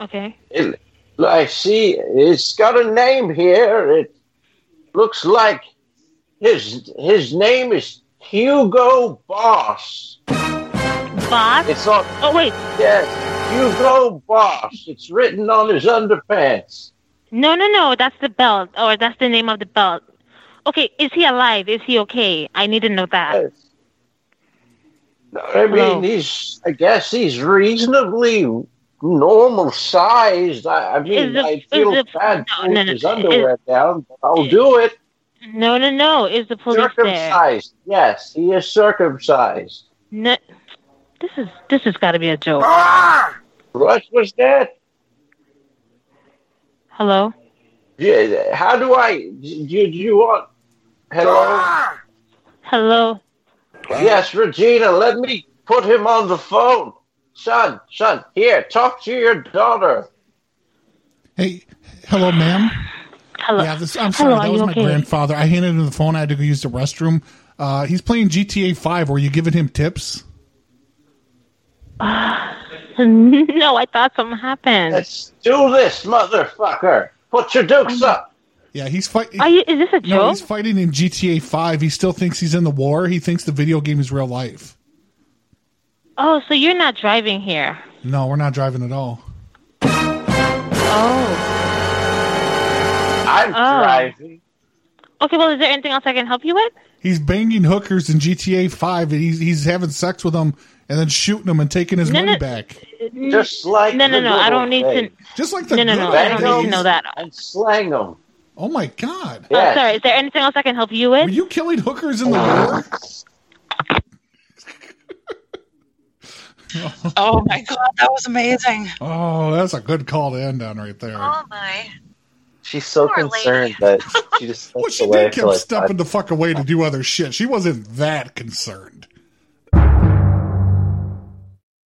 Speaker 25: Okay.
Speaker 20: It- I see it's got a name here. It looks like his his name is Hugo Boss.
Speaker 25: Boss?
Speaker 20: It's on
Speaker 25: Oh wait.
Speaker 20: Yes. Hugo Boss. It's written on his underpants.
Speaker 25: No, no, no. That's the belt, or that's the name of the belt. Okay, is he alive? Is he okay? I need to know that.
Speaker 20: I mean
Speaker 25: Hello.
Speaker 20: he's I guess he's reasonably normal sized. I, I mean
Speaker 25: Is the-
Speaker 20: I feel
Speaker 25: is the-
Speaker 20: bad
Speaker 25: no,
Speaker 20: pulling
Speaker 25: no, no.
Speaker 20: his underwear down, but I'll do it.
Speaker 25: No, no, no. Is the police there?
Speaker 20: Circumcised. Yes, he is circumcised.
Speaker 25: No. This is this has got to be a joke.
Speaker 20: What was that?
Speaker 25: Hello.
Speaker 20: Yeah, how do I? Do you, do you want? Hello.
Speaker 25: Hello.
Speaker 20: Yes, Regina. Let me put him on the phone. Son, son, here. Talk to your daughter.
Speaker 7: Hey, hello, ma'am. Hello. Yeah, this, I'm sorry.
Speaker 25: Hello, are
Speaker 7: that was
Speaker 25: you
Speaker 7: my
Speaker 25: okay?
Speaker 7: grandfather. I handed him the phone. I had to go use the restroom. Uh, he's playing GTA 5. Were you giving him tips?
Speaker 25: no, I thought something happened.
Speaker 20: Do this, motherfucker. Put your dukes
Speaker 25: Oh
Speaker 20: up.
Speaker 7: Yeah, he's fighting.
Speaker 25: Are you, is this a joke?
Speaker 7: No, he's fighting in GTA 5. He still thinks he's in the war. He thinks the video game is real life.
Speaker 25: oh, so you're not driving here?
Speaker 7: No, we're not driving at all.
Speaker 25: Oh.
Speaker 20: I'm driving.
Speaker 25: Okay. Well, is there anything else I can help you with?
Speaker 7: He's banging hookers in GTA 5 and he's, he's having sex with them and then shooting them and taking his
Speaker 25: No,
Speaker 7: money
Speaker 25: no.
Speaker 7: back.
Speaker 20: Just like
Speaker 25: no, no,
Speaker 20: the
Speaker 25: no. I
Speaker 20: good
Speaker 25: don't
Speaker 20: old
Speaker 25: need to.
Speaker 20: days.
Speaker 7: Just like the
Speaker 25: no, no, no.
Speaker 7: good
Speaker 25: I don't
Speaker 7: old
Speaker 25: need
Speaker 7: days.
Speaker 25: to know that.
Speaker 20: And slang them.
Speaker 7: Oh my god.
Speaker 25: I'm sorry. Is there anything else I can help you with?
Speaker 7: Were you killing hookers in the war?
Speaker 10: Oh my god, that was amazing.
Speaker 7: Oh, that's a good call to end on right there.
Speaker 10: Oh my.
Speaker 11: She's so
Speaker 10: Poor lady.
Speaker 11: concerned that she just
Speaker 7: Well,
Speaker 11: steps
Speaker 7: she
Speaker 11: away for
Speaker 7: did kept
Speaker 11: like five
Speaker 7: stepping the fuck away to do other shit. She wasn't that concerned.